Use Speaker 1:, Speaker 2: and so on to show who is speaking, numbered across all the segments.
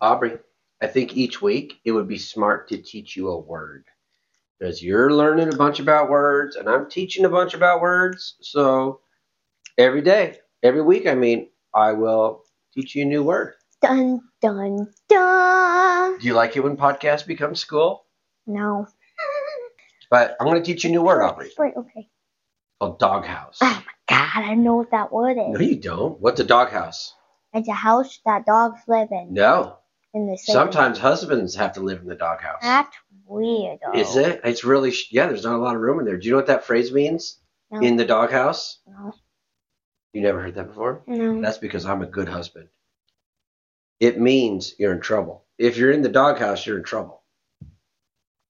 Speaker 1: Aubrey, I think each week it would be smart to teach you a word because you're learning a bunch about words and I'm teaching a bunch about words. So every day, every week, I mean, I will teach you a new word.
Speaker 2: Dun dun dun.
Speaker 1: Do you like it when podcasts become school?
Speaker 2: No.
Speaker 1: But I'm going to teach you a new word, Aubrey,
Speaker 2: Wait, okay.
Speaker 1: called doghouse.
Speaker 2: Oh my god, I know what that word
Speaker 1: No,
Speaker 2: is.
Speaker 1: you don't. What's a doghouse?
Speaker 2: It's a house that dogs live in.
Speaker 1: No.
Speaker 2: In the same.
Speaker 1: Sometimes husbands have to live in the doghouse.
Speaker 2: That's weird. though.
Speaker 1: Is it? It's really sh- yeah. There's not a lot of room in there. Do you know what that phrase means?
Speaker 2: No.
Speaker 1: In the doghouse.
Speaker 2: No.
Speaker 1: You never heard that before.
Speaker 2: No.
Speaker 1: That's because I'm a good husband. It means you're in trouble. If you're in the doghouse, you're in trouble.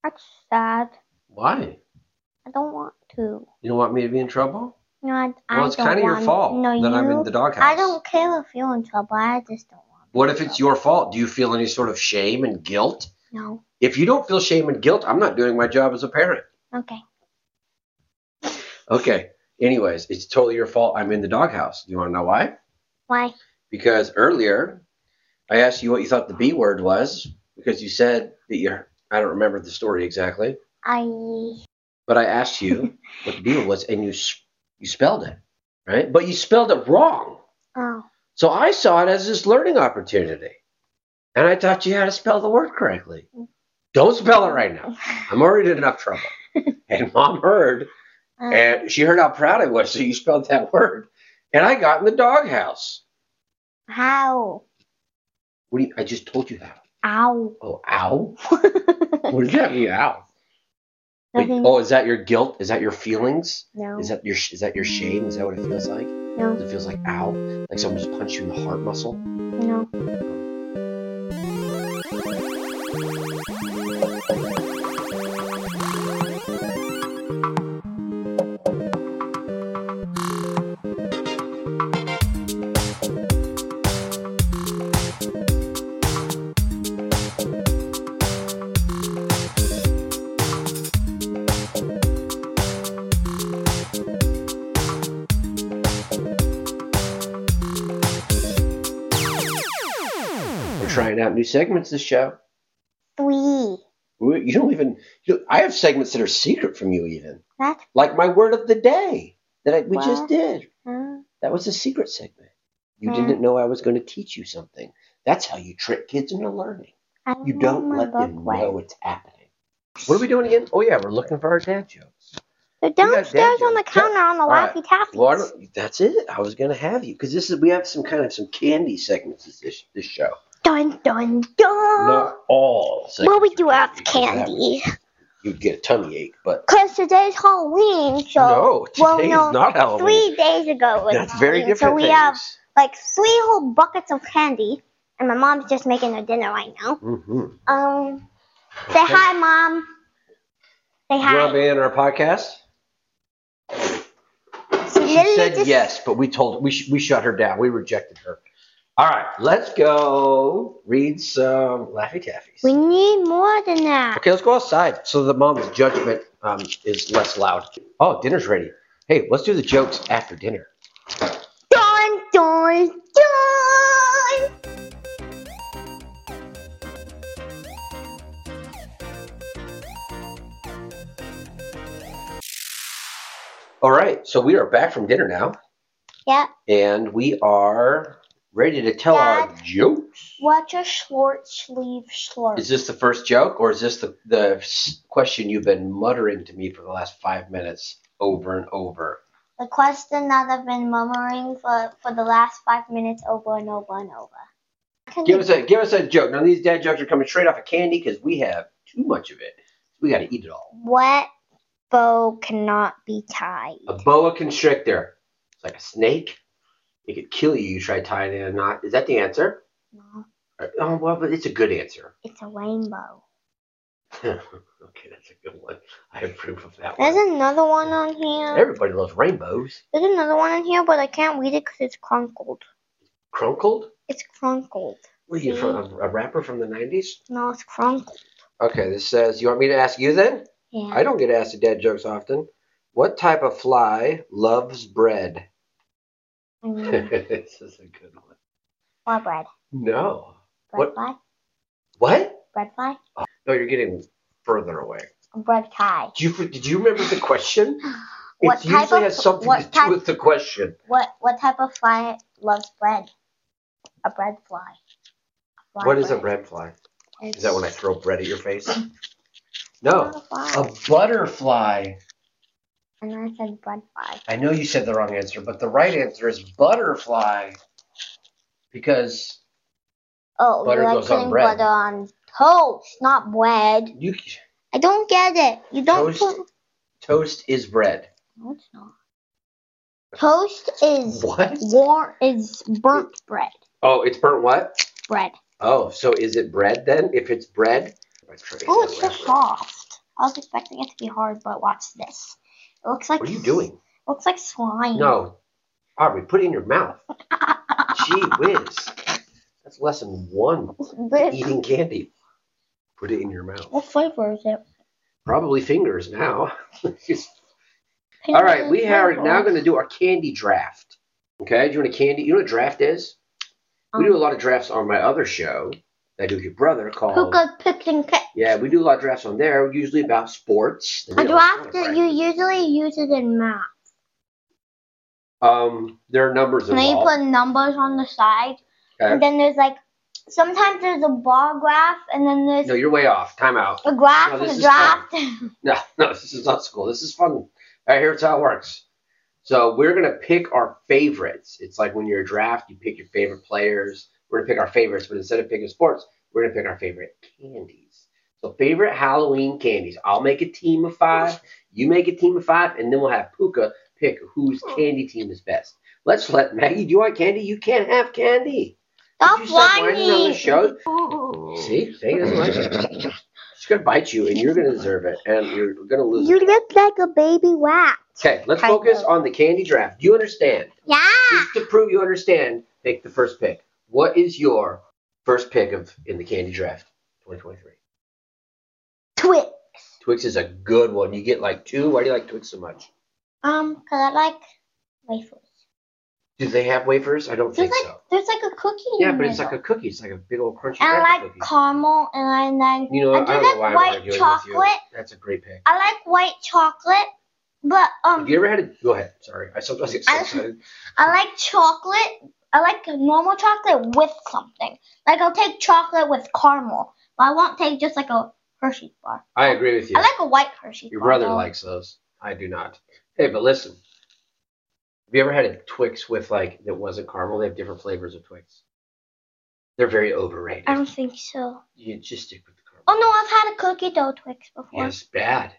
Speaker 2: That's sad.
Speaker 1: Why?
Speaker 2: I don't want to.
Speaker 1: You don't want me to be in trouble?
Speaker 2: No, I, I
Speaker 1: Well, it's
Speaker 2: don't
Speaker 1: kind of your
Speaker 2: want-
Speaker 1: fault
Speaker 2: No,
Speaker 1: that
Speaker 2: you.
Speaker 1: I'm in the doghouse.
Speaker 2: I don't care if you're in trouble. I just don't want.
Speaker 1: What if it's your fault? Do you feel any sort of shame and guilt?
Speaker 2: No.
Speaker 1: If you don't feel shame and guilt, I'm not doing my job as a parent.
Speaker 2: Okay.
Speaker 1: Okay. Anyways, it's totally your fault. I'm in the doghouse. Do you want to know why?
Speaker 2: Why?
Speaker 1: because earlier I asked you what you thought the B word was because you said that you I don't remember the story exactly,
Speaker 2: I.
Speaker 1: but I asked you what the B word was and you s- you spelled it, right? But you spelled it wrong.
Speaker 2: Oh.
Speaker 1: So I saw it as this learning opportunity. And I taught you how to spell the word correctly. Don't spell it right now. I'm already in enough trouble. And mom heard
Speaker 2: Uh,
Speaker 1: and she heard how proud I was, so you spelled that word. And I got in the doghouse.
Speaker 2: how?
Speaker 1: What do you, I just told you how.
Speaker 2: Ow.
Speaker 1: Oh, ow. What does that mean, ow? Wait,
Speaker 2: Nothing.
Speaker 1: oh, is that your guilt? Is that your feelings?
Speaker 2: no.
Speaker 1: Is that your is that your shame? Is that what it feels like?
Speaker 2: No.
Speaker 1: It feels like ow, like someone just punched you in the heart muscle.
Speaker 2: No.
Speaker 1: We're trying out new segments this show.
Speaker 2: Three.
Speaker 1: We- You don't even. You don't- I have segments that are secret from you, even
Speaker 2: That's.
Speaker 1: like my word of the day that I, we just
Speaker 2: What?
Speaker 1: did.
Speaker 2: Huh?
Speaker 1: That was a secret segment. You
Speaker 2: Hmm.
Speaker 1: didn't know I was going to teach you something. That's how you trick kids into learning.
Speaker 2: I don't
Speaker 1: You
Speaker 2: know
Speaker 1: don't
Speaker 2: Oh, my
Speaker 1: let them
Speaker 2: book was.
Speaker 1: know it's happening. What are we doing again? Oh yeah, we're looking for our dad jokes.
Speaker 2: They're
Speaker 1: got
Speaker 2: downstairs
Speaker 1: that
Speaker 2: on the
Speaker 1: yet.
Speaker 2: counter on the
Speaker 1: right.
Speaker 2: Laffy Taffy.
Speaker 1: Well, I don't, that's it. I was gonna have you because this is we have some kind of some candy segments this this, this show.
Speaker 2: Dun dun dun.
Speaker 1: Not all. segments
Speaker 2: well, we
Speaker 1: are
Speaker 2: do have
Speaker 1: because that would-
Speaker 2: candy.
Speaker 1: You'd get a tummy ache, but
Speaker 2: Because today's Halloween, so.
Speaker 1: no, today
Speaker 2: well, no,
Speaker 1: is not Halloween.
Speaker 2: Three days ago was
Speaker 1: that's very
Speaker 2: Halloween,
Speaker 1: different.
Speaker 2: So we
Speaker 1: things.
Speaker 2: have like three whole buckets of candy, and my mom's just making her dinner right now.
Speaker 1: Mhm.
Speaker 2: Um, say hi, mom. Say
Speaker 1: You want to
Speaker 2: hi.
Speaker 1: be in our podcast?
Speaker 2: She
Speaker 1: She
Speaker 2: literally
Speaker 1: said
Speaker 2: just-
Speaker 1: yes, but we told we sh- we shut her down. We rejected her. All right, let's go read some Laffy Taffies.
Speaker 2: We need more than that.
Speaker 1: Okay, let's go outside so that mom's judgment um, is less loud. Oh, dinner's ready. Hey, let's do the jokes after dinner.
Speaker 2: Dun dun dun.
Speaker 1: All right, so we are back from dinner now,
Speaker 2: Yeah.
Speaker 1: and we are ready to tell our
Speaker 2: Dad.
Speaker 1: jokes.
Speaker 2: What's a short sleeve slurp?
Speaker 1: Is this the first joke, or is this the, the s- question you've been muttering to me for the last five minutes over and over?
Speaker 2: The question that I've been murmuring for, for the last five minutes over and over and over. Can
Speaker 1: Give
Speaker 2: you-
Speaker 1: us a give us a joke. Now these dad jokes are coming straight off of candy because we have too much of it. We got to eat it all.
Speaker 2: what bow cannot be tied?
Speaker 1: A boa constrictor. It's like a snake. It could kill you. You try tying it in a knot. Is that the answer?
Speaker 2: No,
Speaker 1: Oh well, but it's a good answer.
Speaker 2: it's a rainbow.
Speaker 1: okay, that's a good one. I approve of that one.
Speaker 2: There's another one on here.
Speaker 1: Everybody loves rainbows.
Speaker 2: There's another one on here, but I can't read it because it's crunkled.
Speaker 1: Crunkled?
Speaker 2: It's crunkled.
Speaker 1: What are you from? A, a rapper from the '90s?
Speaker 2: No, it's crunkled.
Speaker 1: Okay, this says you want me to ask you then?
Speaker 2: Yeah.
Speaker 1: I don't get asked the dad jokes often. What type of fly loves bread?
Speaker 2: Mm,
Speaker 1: this is a good one.
Speaker 2: more bread.
Speaker 1: No.
Speaker 2: Bread
Speaker 1: What?
Speaker 2: pie?
Speaker 1: What?
Speaker 2: Bread pie?
Speaker 1: No, you're getting further away.
Speaker 2: Bread pie.
Speaker 1: Do you did you remember the question?
Speaker 2: What
Speaker 1: it
Speaker 2: type
Speaker 1: usually
Speaker 2: of-
Speaker 1: has something
Speaker 2: what
Speaker 1: to do
Speaker 2: type-
Speaker 1: with the question.
Speaker 2: What what type of fly loves bread? A bread fly. A fly
Speaker 1: What is a red fly? Is that when I Oh,
Speaker 2: It's
Speaker 1: throw bread at your face?
Speaker 2: not
Speaker 1: No,
Speaker 2: a fly.
Speaker 1: a butterfly.
Speaker 2: And I said bread fly.
Speaker 1: I know you said the wrong answer, but the right answer is butterfly. Because
Speaker 2: Oh,
Speaker 1: Butter
Speaker 2: you like
Speaker 1: goes on
Speaker 2: putting
Speaker 1: bread.
Speaker 2: butter on toast, not bread.
Speaker 1: you
Speaker 2: I don't get it. You don't
Speaker 1: Toast?
Speaker 2: put.
Speaker 1: toast is bread.
Speaker 2: No, it's not. Toast is
Speaker 1: What?
Speaker 2: war is burnt bread.
Speaker 1: Oh, it's burnt what?
Speaker 2: Bread.
Speaker 1: Oh, so is it bread then? If it's bread, I'm trying to
Speaker 2: Oh,
Speaker 1: get
Speaker 2: it's so
Speaker 1: around.
Speaker 2: soft. I was expecting it to be hard, but watch this. It looks like
Speaker 1: What are you doing?
Speaker 2: Looks like slime.
Speaker 1: No, Aubrey, put it in your mouth. Gee whiz, that's lesson one.
Speaker 2: But
Speaker 1: Eating candy. Put it in your mouth.
Speaker 2: what flavor is it?
Speaker 1: Probably fingers now. All right, we are now going to do our candy draft. Okay, do you want a candy? You know what a draft is? We do a lot of drafts on my other show that I do with your brother called.
Speaker 2: Hookah picks and cut.
Speaker 1: Yeah, we do a lot of drafts on there, usually about sports.
Speaker 2: A draft that you usually use it in math.
Speaker 1: Um, there are numbers
Speaker 2: And then you
Speaker 1: involved.
Speaker 2: put numbers on the side.
Speaker 1: Okay.
Speaker 2: And then there's like sometimes there's a bar graph and then there's
Speaker 1: No, you're way off. Time out.
Speaker 2: a graph
Speaker 1: No,
Speaker 2: and
Speaker 1: this
Speaker 2: a
Speaker 1: is
Speaker 2: draft.
Speaker 1: No, no, this is not school. This is fun. All right, here's how it works. So we're gonna pick our favorites. It's like when you're a draft, you pick your favorite players. We're gonna pick our favorites, but instead of picking sports, we're gonna pick our favorite candies. So favorite Halloween candies. I'll make a team of five. You make a team of five, and then we'll have Puka pick whose candy team is best. Let's let Maggie. Do you want candy? You can't have candy.
Speaker 2: Stop
Speaker 1: you stop whining on the
Speaker 2: whining.
Speaker 1: show?
Speaker 2: Ooh.
Speaker 1: See, see, doesn't like it. She's gonna bite you, and you're gonna deserve it, and you're gonna lose. it.
Speaker 2: You look like a baby rat.
Speaker 1: Okay, let's
Speaker 2: Kind
Speaker 1: focus
Speaker 2: of.
Speaker 1: on the candy draft. You understand.
Speaker 2: Yeah.
Speaker 1: Just to prove you understand, make the first pick. What is your first pick of in the candy draft 2023?
Speaker 2: Twit.
Speaker 1: Twix is a good one. You get like two. Why do you like Twix so much?
Speaker 2: Um, cause I like wafers.
Speaker 1: Do they have wafers? I don't
Speaker 2: There's
Speaker 1: think
Speaker 2: like
Speaker 1: so.
Speaker 2: there's like a cookie.
Speaker 1: Yeah,
Speaker 2: in
Speaker 1: but
Speaker 2: the
Speaker 1: it's like
Speaker 2: middle.
Speaker 1: a cookie. It's like a big old crunchy
Speaker 2: And I
Speaker 1: cracker
Speaker 2: like
Speaker 1: cookie.
Speaker 2: caramel, and then
Speaker 1: You know, I,
Speaker 2: I do
Speaker 1: don't
Speaker 2: like
Speaker 1: know why
Speaker 2: white
Speaker 1: I'm arguing with you.
Speaker 2: chocolate.
Speaker 1: That's a great pick.
Speaker 2: I like white chocolate, but um,
Speaker 1: Have you ever had a go ahead? Sorry, I sometimes get so
Speaker 2: I-
Speaker 1: excited.
Speaker 2: I like chocolate. I like normal chocolate with something. Like I'll take chocolate with caramel, but I won't take just like a Hershey bar.
Speaker 1: I agree with you.
Speaker 2: I like a white Hershey.
Speaker 1: Your
Speaker 2: bar,
Speaker 1: brother
Speaker 2: though.
Speaker 1: likes those. I do not. Hey, but listen. Have you ever had a Twix with like that wasn't caramel? They have different flavors of Twix. They're very overrated.
Speaker 2: I don't think so.
Speaker 1: You just stick with the caramel.
Speaker 2: Oh no, I've had a cookie dough Twix before.
Speaker 1: Yeah, it's bad.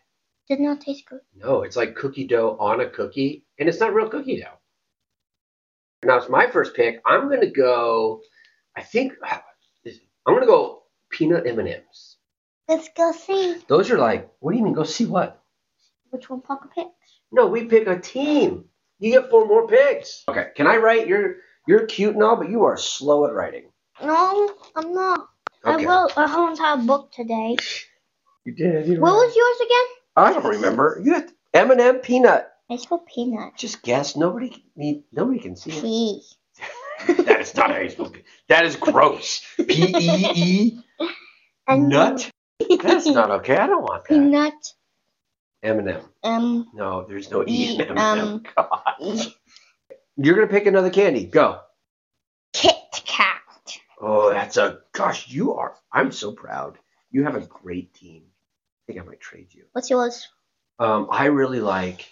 Speaker 2: Did not taste good.
Speaker 1: No, it's like cookie dough on a cookie, and it's not real cookie dough. Now it's my first pick. I'm gonna go. I think ah, I'm gonna go peanut M and M's.
Speaker 2: Let's go see
Speaker 1: Those are like. What do you mean? Go see what?
Speaker 2: which one Papa picks.
Speaker 1: No, we pick a team. You get four more picks. Okay. Can I write? You're you're cute and all, but you are slow at writing.
Speaker 2: No, I'm not.
Speaker 1: Okay.
Speaker 2: I wrote a whole entire book today.
Speaker 1: You did. You
Speaker 2: What was yours again?
Speaker 1: I don't remember. You had M&M peanut.
Speaker 2: I spelled peanut.
Speaker 1: Just guess. Nobody can- need. Nobody can see it.
Speaker 2: P.
Speaker 1: that is not how you spell. pe- That is gross. P E E nut. That's not okay. I don't want that.
Speaker 2: Peanut.
Speaker 1: M&M.
Speaker 2: Um.
Speaker 1: No, there's no E
Speaker 2: E,
Speaker 1: in M&M.
Speaker 2: um,
Speaker 1: God. You're gonna pick another candy. Go.
Speaker 2: Kit Kat.
Speaker 1: Oh, that's a gosh. You are. I'm so proud. You have a great team. I think I might trade you.
Speaker 2: What's yours?
Speaker 1: Um, I really like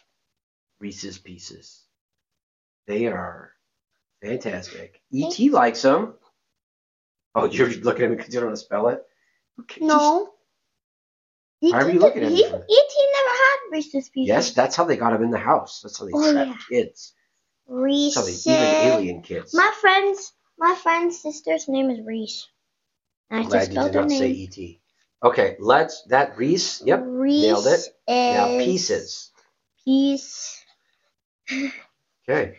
Speaker 1: Reese's Pieces. They are fantastic. ET
Speaker 2: Thank you.
Speaker 1: likes them. Oh, you're looking at me because you don't want to spell it. Okay,
Speaker 2: No. E.T.
Speaker 1: Why are you looking at me
Speaker 2: he-
Speaker 1: for that?
Speaker 2: E.T. never had Reese's
Speaker 1: just-
Speaker 2: Pieces.
Speaker 1: yes, that's how they got them in the house. That's how they
Speaker 2: Oh,
Speaker 1: trapped kids. That's how they
Speaker 2: Reese's.
Speaker 1: even alien kids.
Speaker 2: My friend's my friend's sister's name is Reese. And
Speaker 1: I'm
Speaker 2: I
Speaker 1: glad
Speaker 2: just
Speaker 1: you did
Speaker 2: spelled her
Speaker 1: not say
Speaker 2: name.
Speaker 1: ET. Okay, let's that Reese. Yep.
Speaker 2: Reese
Speaker 1: nailed it.
Speaker 2: Is
Speaker 1: Now pieces.
Speaker 2: Piece,
Speaker 1: Okay.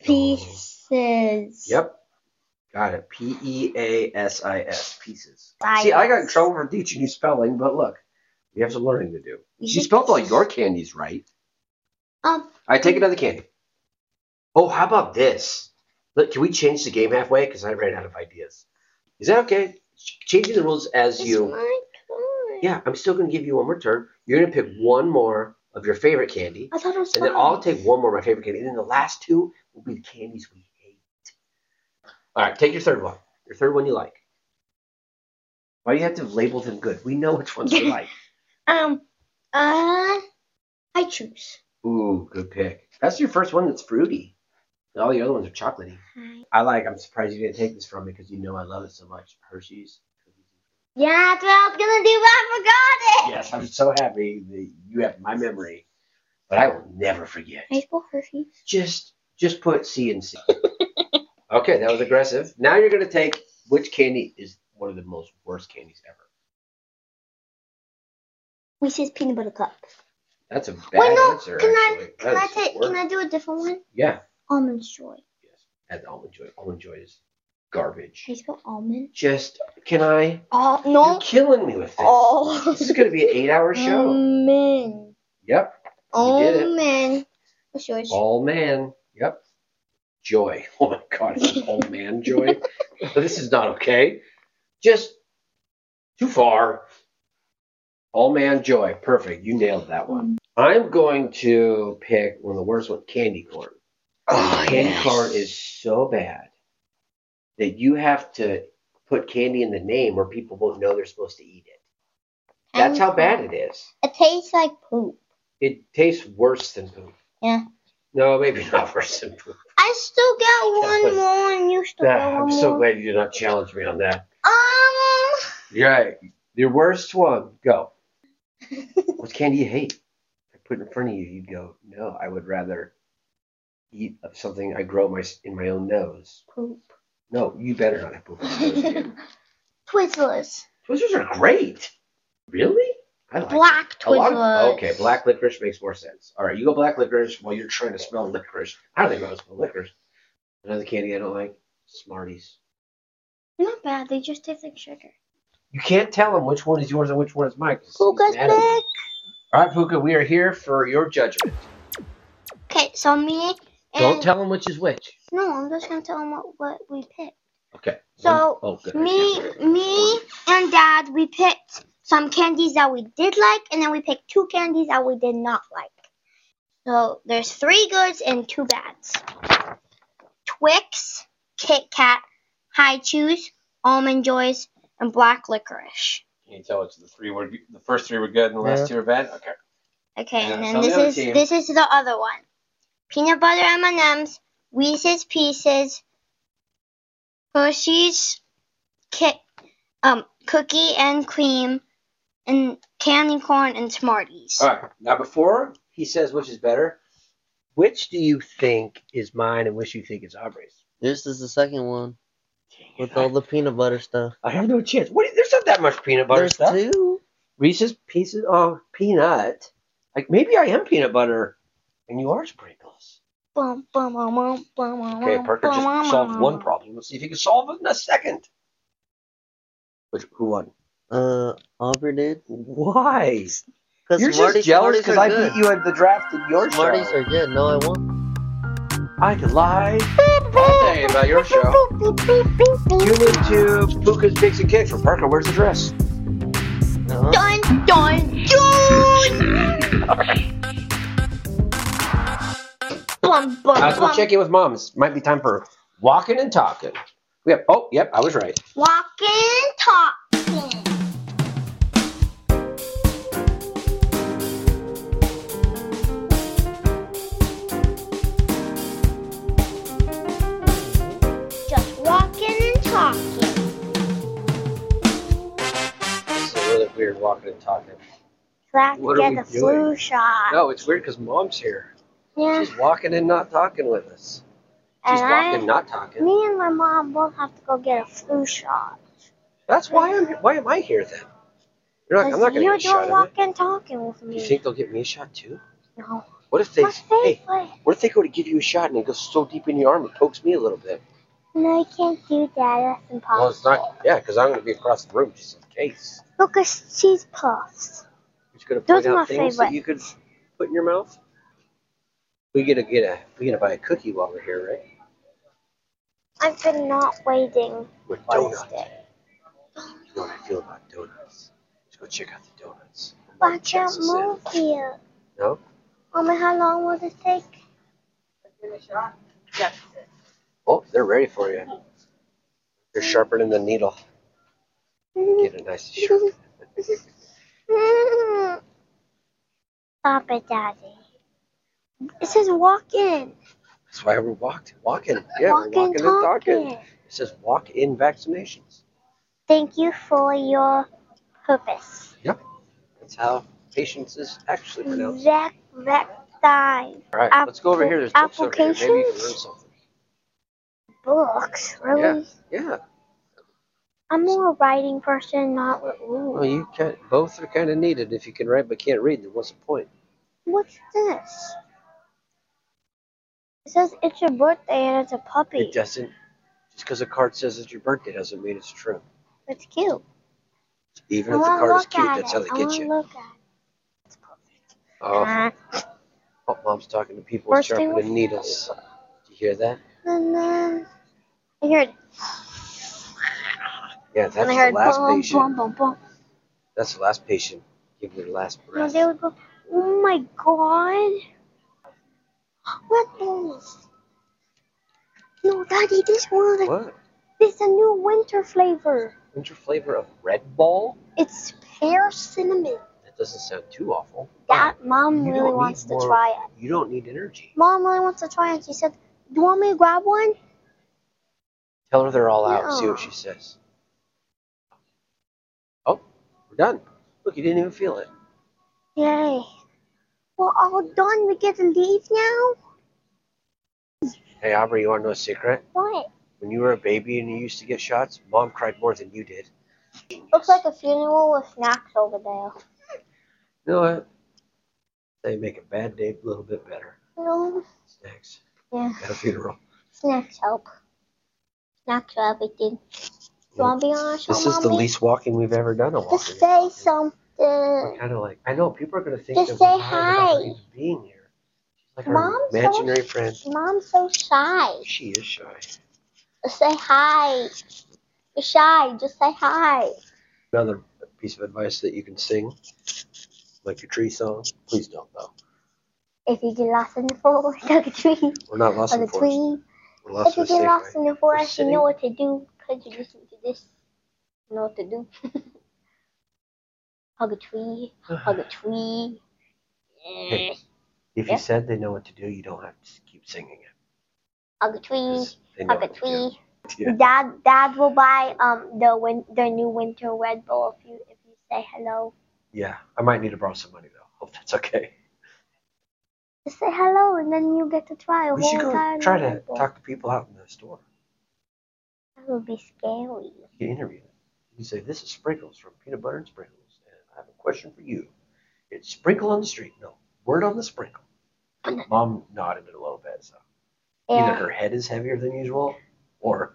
Speaker 2: pieces.
Speaker 1: Oh. Yep. Got it. P E A S I S pieces. See, I got in trouble for teaching you spelling, but look, we have some learning to do. You
Speaker 2: should-
Speaker 1: spelled all your candies right.
Speaker 2: Um,
Speaker 1: I take another candy. Oh, how about this? Look, can we change the game halfway? Because I ran out of ideas. Is that okay? changing the rules as
Speaker 2: It's
Speaker 1: you.
Speaker 2: my turn.
Speaker 1: Yeah, I'm still gonna give you one more turn. You're gonna pick one more of your favorite candy,
Speaker 2: I thought it was
Speaker 1: and then
Speaker 2: mine.
Speaker 1: I'll take one more of my favorite candy, and then the last two will be the candies we hate. All right, take your third one. Your third one you like. Why do you have to label them good? We know which ones we like.
Speaker 2: Um, uh, I choose.
Speaker 1: Ooh, good pick. That's your first one that's fruity. And all the other ones are chocolatey. I like. I'm surprised you didn't take this from me because you know I love it so much. Hershey's.
Speaker 2: Yeah, that's what I was gonna do, but I forgot it.
Speaker 1: Yes, I'm so happy that you have my memory, but I will never forget.
Speaker 2: I spell Hershey.
Speaker 1: Just, just put C and C. okay, that was aggressive. Now you're gonna take which candy is one of the most worst candies ever.
Speaker 2: Reese's peanut butter cup.
Speaker 1: That's a bad
Speaker 2: Wait, no,
Speaker 1: answer.
Speaker 2: can I-
Speaker 1: actually.
Speaker 2: Can
Speaker 1: That
Speaker 2: I
Speaker 1: is
Speaker 2: take?
Speaker 1: worse.
Speaker 2: Can I do a different one?
Speaker 1: Yeah.
Speaker 2: Almond joy.
Speaker 1: Yes. Add the almond joy. Almond joy is garbage.
Speaker 2: Can I spell almond?
Speaker 1: Just, can I?
Speaker 2: Oh
Speaker 1: You're killing me with this.
Speaker 2: Oh.
Speaker 1: This is gonna be an eight-hour show.
Speaker 2: Mm. Almond.
Speaker 1: Yep. You did it.
Speaker 2: Almond. What's yours?
Speaker 1: All man. Yep. Joy. Oh my god, it's all man joy. this is not okay. Just too far. All man joy. Perfect. You nailed that one. I'm going to pick one of the worst ones, candy corn.
Speaker 2: Oh,
Speaker 1: candy
Speaker 2: yes.
Speaker 1: corn is so bad that you have to put candy in the name or people won't know they're supposed to eat it. That's how bad it is.
Speaker 2: It tastes like poop.
Speaker 1: It tastes worse than poop.
Speaker 2: Yeah.
Speaker 1: No, maybe not worse than poop.
Speaker 2: I still got
Speaker 1: Yeah, but-
Speaker 2: one more, and you still
Speaker 1: Nah,
Speaker 2: got one
Speaker 1: I'm
Speaker 2: more.
Speaker 1: so glad you did not challenge me on that.
Speaker 2: Um.
Speaker 1: You're right. Your worst one. Go.
Speaker 2: Um,
Speaker 1: what candy you hate? I put it in front of you. You'd go, no, I would rather eat of something I grow my in my own nose.
Speaker 2: Poop.
Speaker 1: No, you better not have poop on your nose again.
Speaker 2: Twizzlers.
Speaker 1: Twizzlers are great. Really? I like it.
Speaker 2: Black
Speaker 1: A lot of-
Speaker 2: Twizzlers.
Speaker 1: okay, black licorice makes more sense. All right, you go black licorice while you're trying to smell licorice. I don't think I smell licorice. Another candy I don't like, Smarties.
Speaker 2: They're Not bad. They just taste like sugar.
Speaker 1: You can't tell them which one is yours and which one is mine. 'cause he's
Speaker 2: Puka's
Speaker 1: mad at me.
Speaker 2: back.
Speaker 1: All right, Puka, we are here for your judgment.
Speaker 2: Okay, so me and
Speaker 1: Don't tell them which is which.
Speaker 2: no, I'm just gonna tell them what, what we picked.
Speaker 1: Okay.
Speaker 2: So,
Speaker 1: oh, good.
Speaker 2: Me, me and Dad, we picked some candies that we did like, and then we picked two candies that we did not like. So there's three goods and two bads. Twix, Kit Kat, High Chews, Almond Joys, and Black Licorice.
Speaker 1: Can you tell which the three were the first three were good and the last two were bad? Okay.
Speaker 2: Okay,
Speaker 1: Yeah,
Speaker 2: and
Speaker 1: so
Speaker 2: then
Speaker 1: the
Speaker 2: this
Speaker 1: other
Speaker 2: is
Speaker 1: team-
Speaker 2: this is the other one. Peanut butter M and M's, Reese's Pieces, Hershey's, Kit, um, cookie and cream, and candy corn and Smarties.
Speaker 1: All right. Now, before he says which is better, which do you think is mine and which you think is Aubrey's?
Speaker 3: This is the second one
Speaker 1: Dang it,
Speaker 3: with
Speaker 1: I,
Speaker 3: all the peanut butter stuff.
Speaker 1: I have no chance. What? There's not that much peanut butter
Speaker 3: There's
Speaker 1: stuff.
Speaker 3: two.
Speaker 1: Reese's pieces. Oh, peanut. Like maybe I am peanut butter, and you are sprinkles.
Speaker 2: Bum, bum, bum, bum, bum, bum,
Speaker 1: Okay,
Speaker 2: bum,
Speaker 1: Parker just
Speaker 2: bum,
Speaker 1: solved
Speaker 2: bum,
Speaker 1: one
Speaker 2: bum.
Speaker 1: problem. Let's see if he can solve it in a second. Which who won?
Speaker 3: Uh, Aubrey did.
Speaker 1: Why?
Speaker 3: Cause
Speaker 1: You're
Speaker 3: Smarties,
Speaker 1: just jealous
Speaker 3: Smarties
Speaker 1: because
Speaker 3: are
Speaker 1: I
Speaker 3: good.
Speaker 1: beat you at the draft in your
Speaker 3: Smarties
Speaker 1: show.
Speaker 3: are good. No, I won't.
Speaker 1: I could lie. I'll tell you about your show. You live to Puka's Picks and Kicks from Parker. Where's the dress?
Speaker 3: No.
Speaker 2: Dun, dun, dun. Bum, bum,
Speaker 1: Uh, so we'll
Speaker 2: bum.
Speaker 1: check in with moms. Might be time for walking and talking. Yep. Oh, yep. I was right.
Speaker 2: Walking, talking. Just walking and talking.
Speaker 1: This is really weird walking and talking.
Speaker 2: So I have
Speaker 1: What
Speaker 2: to
Speaker 1: are
Speaker 2: get
Speaker 1: we
Speaker 2: the flu
Speaker 1: doing?
Speaker 2: shot.
Speaker 1: No, it's weird because mom's here.
Speaker 2: yeah,
Speaker 1: She's walking and not talking with us. She's
Speaker 2: and I,
Speaker 1: walking, not talking.
Speaker 2: me and my mom both have to go get a flu shot.
Speaker 1: That's why I'm. Why am I here then? You're not, I'm not
Speaker 2: Because
Speaker 1: gonna get a
Speaker 2: you don't
Speaker 1: shot of
Speaker 2: walk
Speaker 1: it.
Speaker 2: and talking with
Speaker 1: Do you
Speaker 2: me.
Speaker 1: think they'll get me a shot too?
Speaker 2: No.
Speaker 1: What if they?
Speaker 2: My
Speaker 1: Hey,
Speaker 2: favorite.
Speaker 1: what if they go to give you a shot and it goes so deep in your arm it pokes me a little bit?
Speaker 2: No, you can't do that. That's impossible.
Speaker 1: Well, it's not. Yeah, because I'm gonna be across the room just in case.
Speaker 2: Look at cheese puffs.
Speaker 1: It's gonna
Speaker 2: Those
Speaker 1: point
Speaker 2: are my
Speaker 1: out things that you could
Speaker 2: favorites.
Speaker 1: put in your mouth. We gonna get a. We gonna buy a cookie while we're here, right?
Speaker 2: I've been not waiting.
Speaker 1: With
Speaker 2: Why
Speaker 1: donut.
Speaker 2: not?
Speaker 1: do about donuts. Let's go check out the donuts.
Speaker 2: But I can't
Speaker 1: That's the same.
Speaker 2: move here.
Speaker 1: No?
Speaker 2: Mommy, how long will this take?
Speaker 4: Finish off. Yes.
Speaker 1: Oh, they're ready for you. They're sharpening the needle. Get it nice and sharp.
Speaker 2: Stop it, Daddy. It says walk in.
Speaker 1: That's why we're walking. Walking. Yeah,
Speaker 2: walk
Speaker 1: we're
Speaker 2: in,
Speaker 1: walking and
Speaker 2: talk
Speaker 1: talking.
Speaker 2: in.
Speaker 1: It says walk in vaccinations.
Speaker 2: Thank you for your purpose.
Speaker 1: That's how patience is actually pronounced.
Speaker 2: Vec, vec, dive.
Speaker 1: All right, let's go over here. There's books over here. Maybe you can learn
Speaker 2: Applications?
Speaker 1: something.
Speaker 2: Books, really?
Speaker 1: Yeah.
Speaker 2: I'm more a writing person, not.
Speaker 1: Well,
Speaker 2: Ooh.
Speaker 1: you can Both are kind of needed. If you can write but can't read, then what's the point?
Speaker 2: What's this? It says it's your birthday and it's a puppy.
Speaker 1: It doesn't. Just because a card says it's your birthday doesn't mean it's true.
Speaker 2: It's cute.
Speaker 1: Even
Speaker 2: Oh, I
Speaker 1: if the
Speaker 2: want to
Speaker 1: card is cute, that's
Speaker 2: look at
Speaker 1: how
Speaker 2: it.
Speaker 1: they
Speaker 2: I
Speaker 1: get
Speaker 2: want to
Speaker 1: you.
Speaker 2: look at it. It's perfect.
Speaker 1: Oh,
Speaker 2: Ah.
Speaker 1: oh, mom's talking to people with
Speaker 2: First thing
Speaker 1: sharpened
Speaker 2: was-
Speaker 1: needles. Do you hear that?
Speaker 2: And then I heard,
Speaker 1: Yeah, that's
Speaker 2: and
Speaker 1: the
Speaker 2: I heard
Speaker 1: last
Speaker 2: boom,
Speaker 1: patient.
Speaker 2: boom, boom, boom.
Speaker 1: That's the last patient. Give their last
Speaker 2: And
Speaker 1: breath.
Speaker 2: they would go, oh my god. What balls? No, daddy, this one,
Speaker 1: What?
Speaker 2: this is a new winter flavor.
Speaker 1: Winter flavor of Red Ball?
Speaker 2: It's pear cinnamon.
Speaker 1: That doesn't sound too awful.
Speaker 2: That mom
Speaker 1: You don't
Speaker 2: really
Speaker 1: need
Speaker 2: wants to
Speaker 1: more-
Speaker 2: try it.
Speaker 1: You don't need energy.
Speaker 2: Mom really wants to try it. She said, do you want me to grab one?
Speaker 1: Tell her they're all out. and See what
Speaker 2: No.
Speaker 1: she says. Oh, we're done. Look, you didn't even feel it.
Speaker 2: Yay. We're all done. We get to leave now?
Speaker 1: Hey, Aubrey, you want to know a secret?
Speaker 2: What?
Speaker 1: When you were a baby and you used to get shots, mom cried more than you did.
Speaker 2: Looks like a funeral with snacks over there.
Speaker 1: You know what? They make a bad day a little bit better.
Speaker 2: No.
Speaker 1: Snacks
Speaker 2: Yeah.
Speaker 1: at a funeral.
Speaker 2: Snacks help. Snacks for everything. You want to be on our show,
Speaker 1: This is the
Speaker 2: mommy?
Speaker 1: least walking we've ever done. A walking.
Speaker 2: Just say something.
Speaker 1: Kind of like I know people are gonna think
Speaker 2: Just
Speaker 1: that we're not
Speaker 2: say hi.
Speaker 1: even being here. She's like
Speaker 2: Mom's
Speaker 1: our
Speaker 2: so-
Speaker 1: imaginary friend.
Speaker 2: Mom's so shy.
Speaker 1: She is shy.
Speaker 2: Just say hi. You're shy. Just say hi.
Speaker 1: Another piece of advice that you can sing, like your tree song. Please don't though.
Speaker 2: If you get lost in the forest, like a tree,
Speaker 1: We're not lost
Speaker 2: like
Speaker 1: in
Speaker 2: a
Speaker 1: forest.
Speaker 2: tree.
Speaker 1: We're
Speaker 2: If
Speaker 1: lost in
Speaker 2: you
Speaker 1: a
Speaker 2: get
Speaker 1: safe
Speaker 2: lost
Speaker 1: way.
Speaker 2: in the forest, you know what to do. Cause you listen to this. You know what to do. hug a tree. Hug a tree.
Speaker 1: Hey.
Speaker 2: Yeah.
Speaker 1: If
Speaker 2: Yeah.
Speaker 1: you said they know what to do, you don't have to keep singing it.
Speaker 2: Hug a tree.
Speaker 1: 'cause They know
Speaker 2: Hug a
Speaker 1: what to do.
Speaker 2: tree.
Speaker 1: Yeah.
Speaker 2: Dad, Dad will buy um the win the new winter Red Bull if you if you say hello.
Speaker 1: Yeah, I might need to borrow some money though. Hope that's okay.
Speaker 2: Just say hello and then you get to try a
Speaker 1: We
Speaker 2: whole
Speaker 1: should go
Speaker 2: entire
Speaker 1: try
Speaker 2: new
Speaker 1: to
Speaker 2: Red Bull.
Speaker 1: talk to people out in the store.
Speaker 2: That would be scary.
Speaker 1: You interview them. You say, "This is Sprinkles from Peanut Butter and Sprinkles, and I have a question for you." It's sprinkle on the street. No, word on the sprinkle. Mom nodded a little bit, so either
Speaker 2: Yeah.
Speaker 1: her head is heavier than usual, or,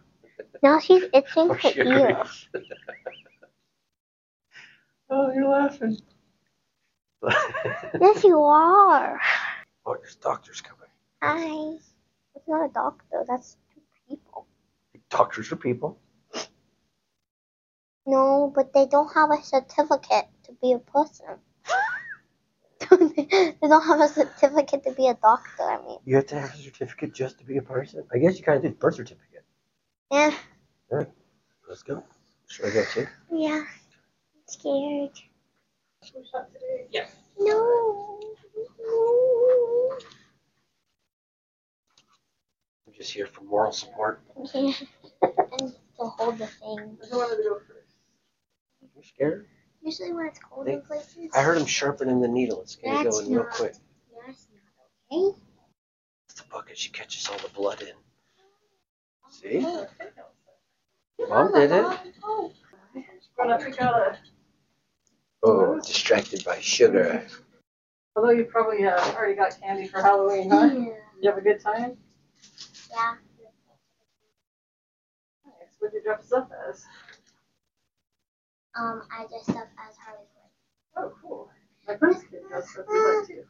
Speaker 2: Now she's itching
Speaker 1: or
Speaker 2: her
Speaker 1: she
Speaker 2: ear.
Speaker 1: agrees. oh, you're laughing.
Speaker 2: Yes, you are.
Speaker 1: oh, your Oh, doctor's coming.
Speaker 2: Hi. It's not a doctor. That's two people.
Speaker 1: Doctors are people.
Speaker 2: No, but they don't have a certificate to be a person. they don't have a certificate to be a doctor. I mean,
Speaker 1: You have to have a certificate just to be a person. I guess you kind of did birth certificate.
Speaker 2: yeah,
Speaker 1: Let's go. Should I go too?
Speaker 2: yeah. I'm scared.
Speaker 4: Finish off today? Yes.
Speaker 2: No. No.
Speaker 1: I'm just here for moral support.
Speaker 2: Yeah. And to hold the thing.
Speaker 4: Who wanted to go first?
Speaker 1: You're scared?
Speaker 2: Usually when it's cold
Speaker 1: They-
Speaker 2: in places.
Speaker 1: I heard him sharpening the needle. It's gonna
Speaker 2: That's
Speaker 1: go in real
Speaker 2: not-
Speaker 1: quick.
Speaker 2: That's not okay.
Speaker 1: It's the bucket. She catches all the blood in. See?
Speaker 4: Oh,
Speaker 1: Mom did it.
Speaker 4: oh. Gonna pick out a.
Speaker 1: Oh, distracted by sugar.
Speaker 4: Although you probably uh, already got candy for Halloween, huh?
Speaker 2: Mm-hmm.
Speaker 4: Did you have a good time?
Speaker 2: Yeah.
Speaker 4: Nice. What'd you dress up as?
Speaker 2: Um, I dressed up as Harley
Speaker 4: Oh, cool. My friends get dressed up as that too.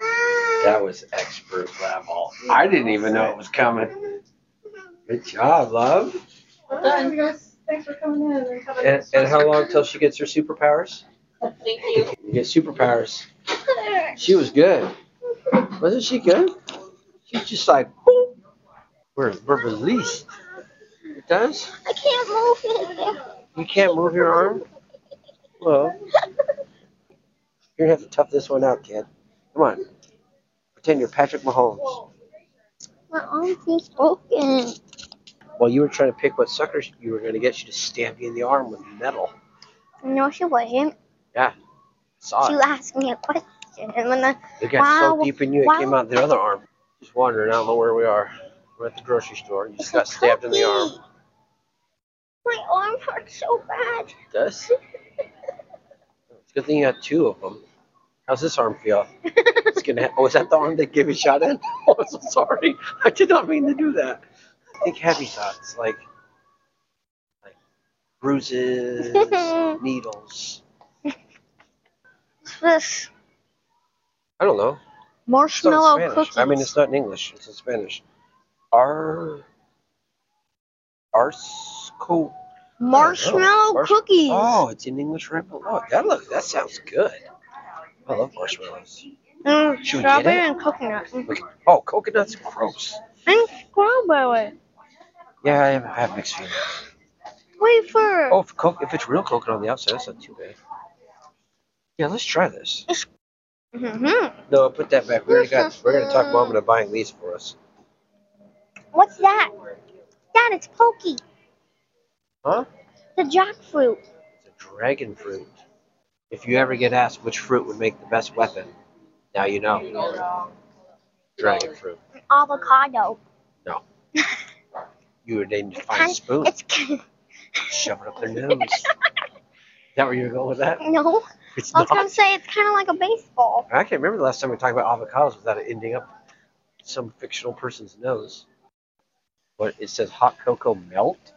Speaker 2: Ah, Quinn.
Speaker 1: That was expert level. I didn't even know it was coming. Good job, love.
Speaker 4: Well done. Thanks for coming in and having
Speaker 1: And,
Speaker 4: us.
Speaker 1: and how long till she gets her superpowers?
Speaker 5: Thank you.
Speaker 1: You get superpowers. She was good. Wasn't she good? She's just like, boom. We're, we're released. It does?
Speaker 2: I can't move it.
Speaker 1: You can't move your arm? Well, you're going to have to tough this one out, kid. Come on. Pretend you're Patrick Mahomes.
Speaker 2: My arm feels broken.
Speaker 1: While you were trying to pick what suckers you were going to get, she just stabbed you in the arm with metal.
Speaker 2: No, she wasn't. She
Speaker 1: Saw it.
Speaker 2: asked me a question. And when I,
Speaker 1: It got so
Speaker 2: Wow,
Speaker 1: deep in you, it
Speaker 2: wow.
Speaker 1: came out the other arm. Just wandering. I don't know where we are. We're at the grocery store. You just got stabbed in the arm.
Speaker 2: Cookie. My arm hurts so bad.
Speaker 1: Does? It's a good thing you got two of them. How's this arm feel? It's gonna. Ha- oh, is that the arm that gave you a shot in? Oh, I'm so sorry. I did not mean to do that. Think happy thoughts, like, like bruises, needles.
Speaker 2: this
Speaker 1: I don't know. It's not in
Speaker 2: marshmallow
Speaker 1: Spanish.
Speaker 2: cookies.
Speaker 1: I mean, it's not in English. It's in Spanish. Ar. Arsco.
Speaker 2: marshmallow
Speaker 1: Marsh-
Speaker 2: cookies.
Speaker 1: Oh, it's in English right below. That looks. That sounds good. I love marshmallows.
Speaker 2: Mm,
Speaker 1: Should we get
Speaker 2: strawberry
Speaker 1: it?
Speaker 2: and coconut. Mm,
Speaker 1: Look- Oh, coconuts are gross.
Speaker 2: And strawberry.
Speaker 1: Yeah, I have, I have mixed feelings.
Speaker 2: Wafer.
Speaker 1: Oh, if, co- if it's real coconut on the outside, that's not too bad. Yeah, let's try this.
Speaker 2: hmm
Speaker 1: No, put that back. We already got. We're gonna talk mom into buying these for us.
Speaker 2: What's that? Dad, it's pokey.
Speaker 1: Huh?
Speaker 2: The jackfruit.
Speaker 1: It's a dragon fruit. If you ever get asked which fruit would make the best weapon, now you know. Dragon fruit.
Speaker 2: Avocado.
Speaker 1: You were named to find a spoon.
Speaker 2: It's ki-
Speaker 1: Shove it up their nose. Is that where you were going with that?
Speaker 2: no.
Speaker 1: It's
Speaker 2: I was gonna
Speaker 1: not.
Speaker 2: say it's kind of like a baseball.
Speaker 1: I can't remember the last time we talked about avocados without it ending up some fictional person's nose. What it says hot cocoa melt?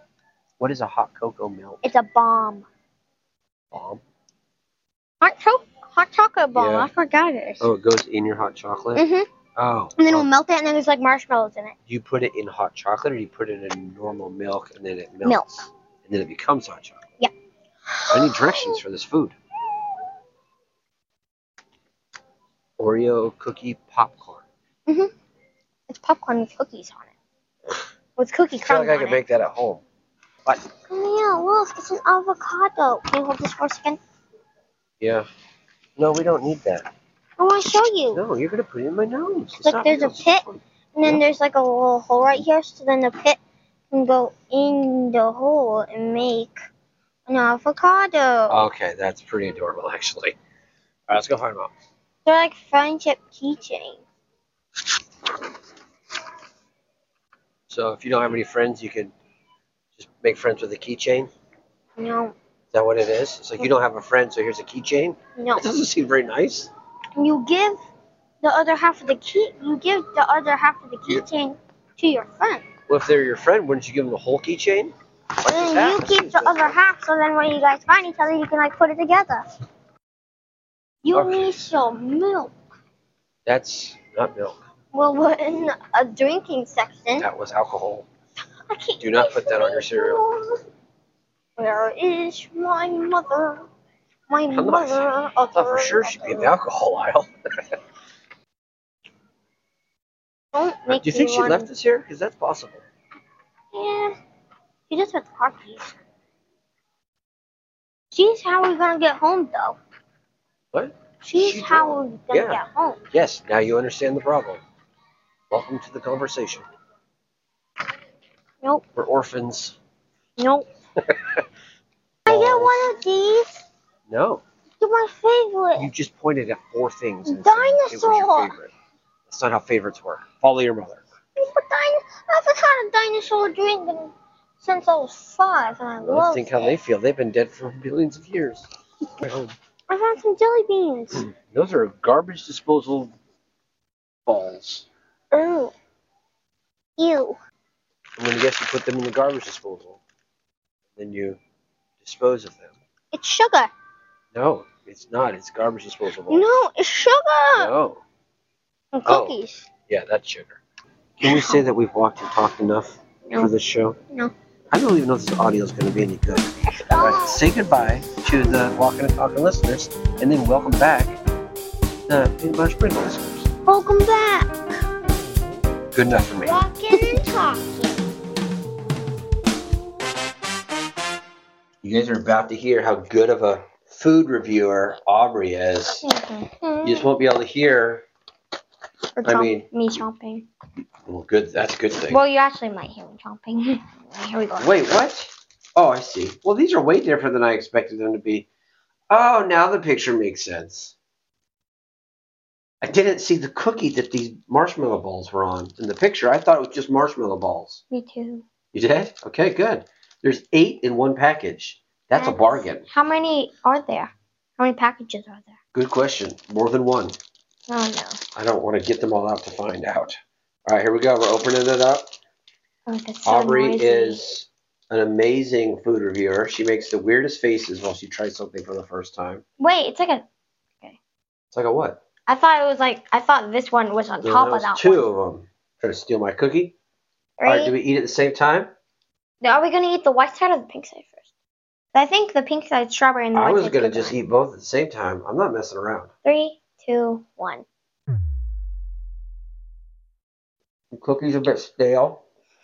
Speaker 1: What is a hot cocoa melt
Speaker 2: It's a bomb.
Speaker 1: bomb?
Speaker 2: Hot cho- hot chocolate bomb.
Speaker 1: Yeah.
Speaker 2: I forgot it.
Speaker 1: Oh, it goes in your hot chocolate?
Speaker 2: hmm
Speaker 1: Oh.
Speaker 2: And then
Speaker 1: um,
Speaker 2: we'll melt it, and then there's like marshmallows in it.
Speaker 1: do you put it in hot chocolate or do you put it in normal milk and then it melts?
Speaker 2: Milk.
Speaker 1: And then it becomes hot chocolate.
Speaker 2: Yeah.
Speaker 1: I need directions for this food. Oreo cookie popcorn.
Speaker 2: It's popcorn with cookies on it. With cookie
Speaker 1: I feel
Speaker 2: crumbs
Speaker 1: like I
Speaker 2: on
Speaker 1: could
Speaker 2: it.
Speaker 1: make that at home.
Speaker 2: Come here, look, it's an avocado. Can you hold this for a second?
Speaker 1: Yeah. No, we don't need that.
Speaker 2: I want to show you.
Speaker 1: No, you're gonna put it in my nose. It's
Speaker 2: Look,
Speaker 1: not
Speaker 2: there's a
Speaker 1: real.
Speaker 2: pit. And then
Speaker 1: Yeah.
Speaker 2: there's like a little hole right here, so then the pit can go in the hole and make an avocado.
Speaker 1: Okay, that's pretty adorable, actually. All right, let's go find mom.
Speaker 2: They're like friendship keychain.
Speaker 1: So if you don't have any friends, you can just make friends with a keychain. Is
Speaker 2: No,
Speaker 1: that what it is? It's like you don't have a friend, so here's a keychain.
Speaker 2: no.
Speaker 1: That doesn't seem very nice.
Speaker 2: You give the other half of the key. You give the other half of the
Speaker 1: Yeah.
Speaker 2: keychain to your friend.
Speaker 1: Well, if they're your friend, wouldn't you give them the whole keychain? Like
Speaker 2: And then Mm, you keep the other half, so then when you guys find each other, you can like put it together. You
Speaker 1: Okay.
Speaker 2: need some milk.
Speaker 1: That's not milk.
Speaker 2: Well, we're in a drinking section.
Speaker 1: That was alcohol.
Speaker 2: I can't
Speaker 1: Do not put that on your cereal.
Speaker 2: Where is my mother? My
Speaker 1: not-
Speaker 2: mother.
Speaker 1: I thought Oh, for sure she'd be in the alcohol aisle.
Speaker 2: Don't
Speaker 1: Do
Speaker 2: make
Speaker 1: you
Speaker 2: me
Speaker 1: think she
Speaker 2: wanna-
Speaker 1: left us here? Because that's possible.
Speaker 2: Yeah. She just had the car keys. She's how we're gonna get home though.
Speaker 1: What?
Speaker 2: She's
Speaker 1: She
Speaker 2: how
Speaker 1: drove.
Speaker 2: we're gonna
Speaker 1: Yeah.
Speaker 2: get home.
Speaker 1: Yes, now you understand the problem. Welcome to the conversation.
Speaker 2: Nope.
Speaker 1: We're orphans.
Speaker 2: Nope. I get one of these.
Speaker 1: No,
Speaker 2: They're my
Speaker 1: you
Speaker 2: favorite.
Speaker 1: just pointed at four things. and said it was your
Speaker 2: Dinosaur.
Speaker 1: favorite. That's not how favorites work. Follow your mother.
Speaker 2: But dino- I've had a dinosaur drink in- since I was five, and I
Speaker 1: Let's
Speaker 2: love
Speaker 1: think
Speaker 2: it.
Speaker 1: how they feel. They've been dead for billions of years. Oh,
Speaker 2: I found some jelly beans.
Speaker 1: Those are garbage disposal balls.
Speaker 2: Ooh. Ew.
Speaker 1: I'm gonna guess you put them in the garbage disposal. Then you dispose of them.
Speaker 2: It's sugar.
Speaker 1: No, it's not. It's garbage disposal balls.
Speaker 2: No, it's sugar.
Speaker 1: no.
Speaker 2: And
Speaker 1: Oh.
Speaker 2: cookies.
Speaker 1: Yeah, that's sugar. Can we say that we've walked and talked enough
Speaker 2: No.
Speaker 1: for this show?
Speaker 2: No.
Speaker 1: I don't even know if this audio is going to be any good. All right, say goodbye to the Walking and Talking listeners, and then welcome back the Peanut Butter Sprinkle listeners.
Speaker 2: Welcome back.
Speaker 1: Good enough for me.
Speaker 2: Walking and talking.
Speaker 1: You guys are about to hear how good of a food reviewer Aubrey is. You just won't be able to hear.
Speaker 2: Or
Speaker 1: I
Speaker 2: chomp-
Speaker 1: mean-
Speaker 2: me chomping.
Speaker 1: Well, good. That's a good thing.
Speaker 2: Well, you actually might hear me chomping. Here we go.
Speaker 1: Wait, what? Oh, I see. Well, these are way different than I expected them to be. Oh, now the picture makes sense. I didn't see the cookie that these marshmallow balls were on in the picture. I thought it was just marshmallow balls.
Speaker 2: Me too.
Speaker 1: You did? Okay, good. There's eight in one package. That's a
Speaker 2: That's-
Speaker 1: bargain.
Speaker 2: How many are there? How many packages are there?
Speaker 1: Good question. More than one.
Speaker 2: Oh no.
Speaker 1: I don't want to get them all out to find out. All right, here we go. We're opening it up.
Speaker 2: Oh, that's so
Speaker 1: Aubrey
Speaker 2: noisy.
Speaker 1: is an amazing food reviewer. She makes the weirdest faces while she tries something for the first time.
Speaker 2: Wait, it's like a.
Speaker 1: It's like a what?
Speaker 2: I thought it was like I thought this one was on
Speaker 1: No,
Speaker 2: top
Speaker 1: that
Speaker 2: of that
Speaker 1: was two
Speaker 2: one.
Speaker 1: of them. Trying to steal my cookie. All right,
Speaker 2: Right?
Speaker 1: do we eat at the same time?
Speaker 2: Now, Are we gonna eat the white side or the pink side first? I think the pink side strawberry and the
Speaker 1: I
Speaker 2: white
Speaker 1: was
Speaker 2: side.
Speaker 1: gonna just eat both at the same time. I'm not messing around.
Speaker 2: Three, two, one.
Speaker 1: The cookie's a bit stale.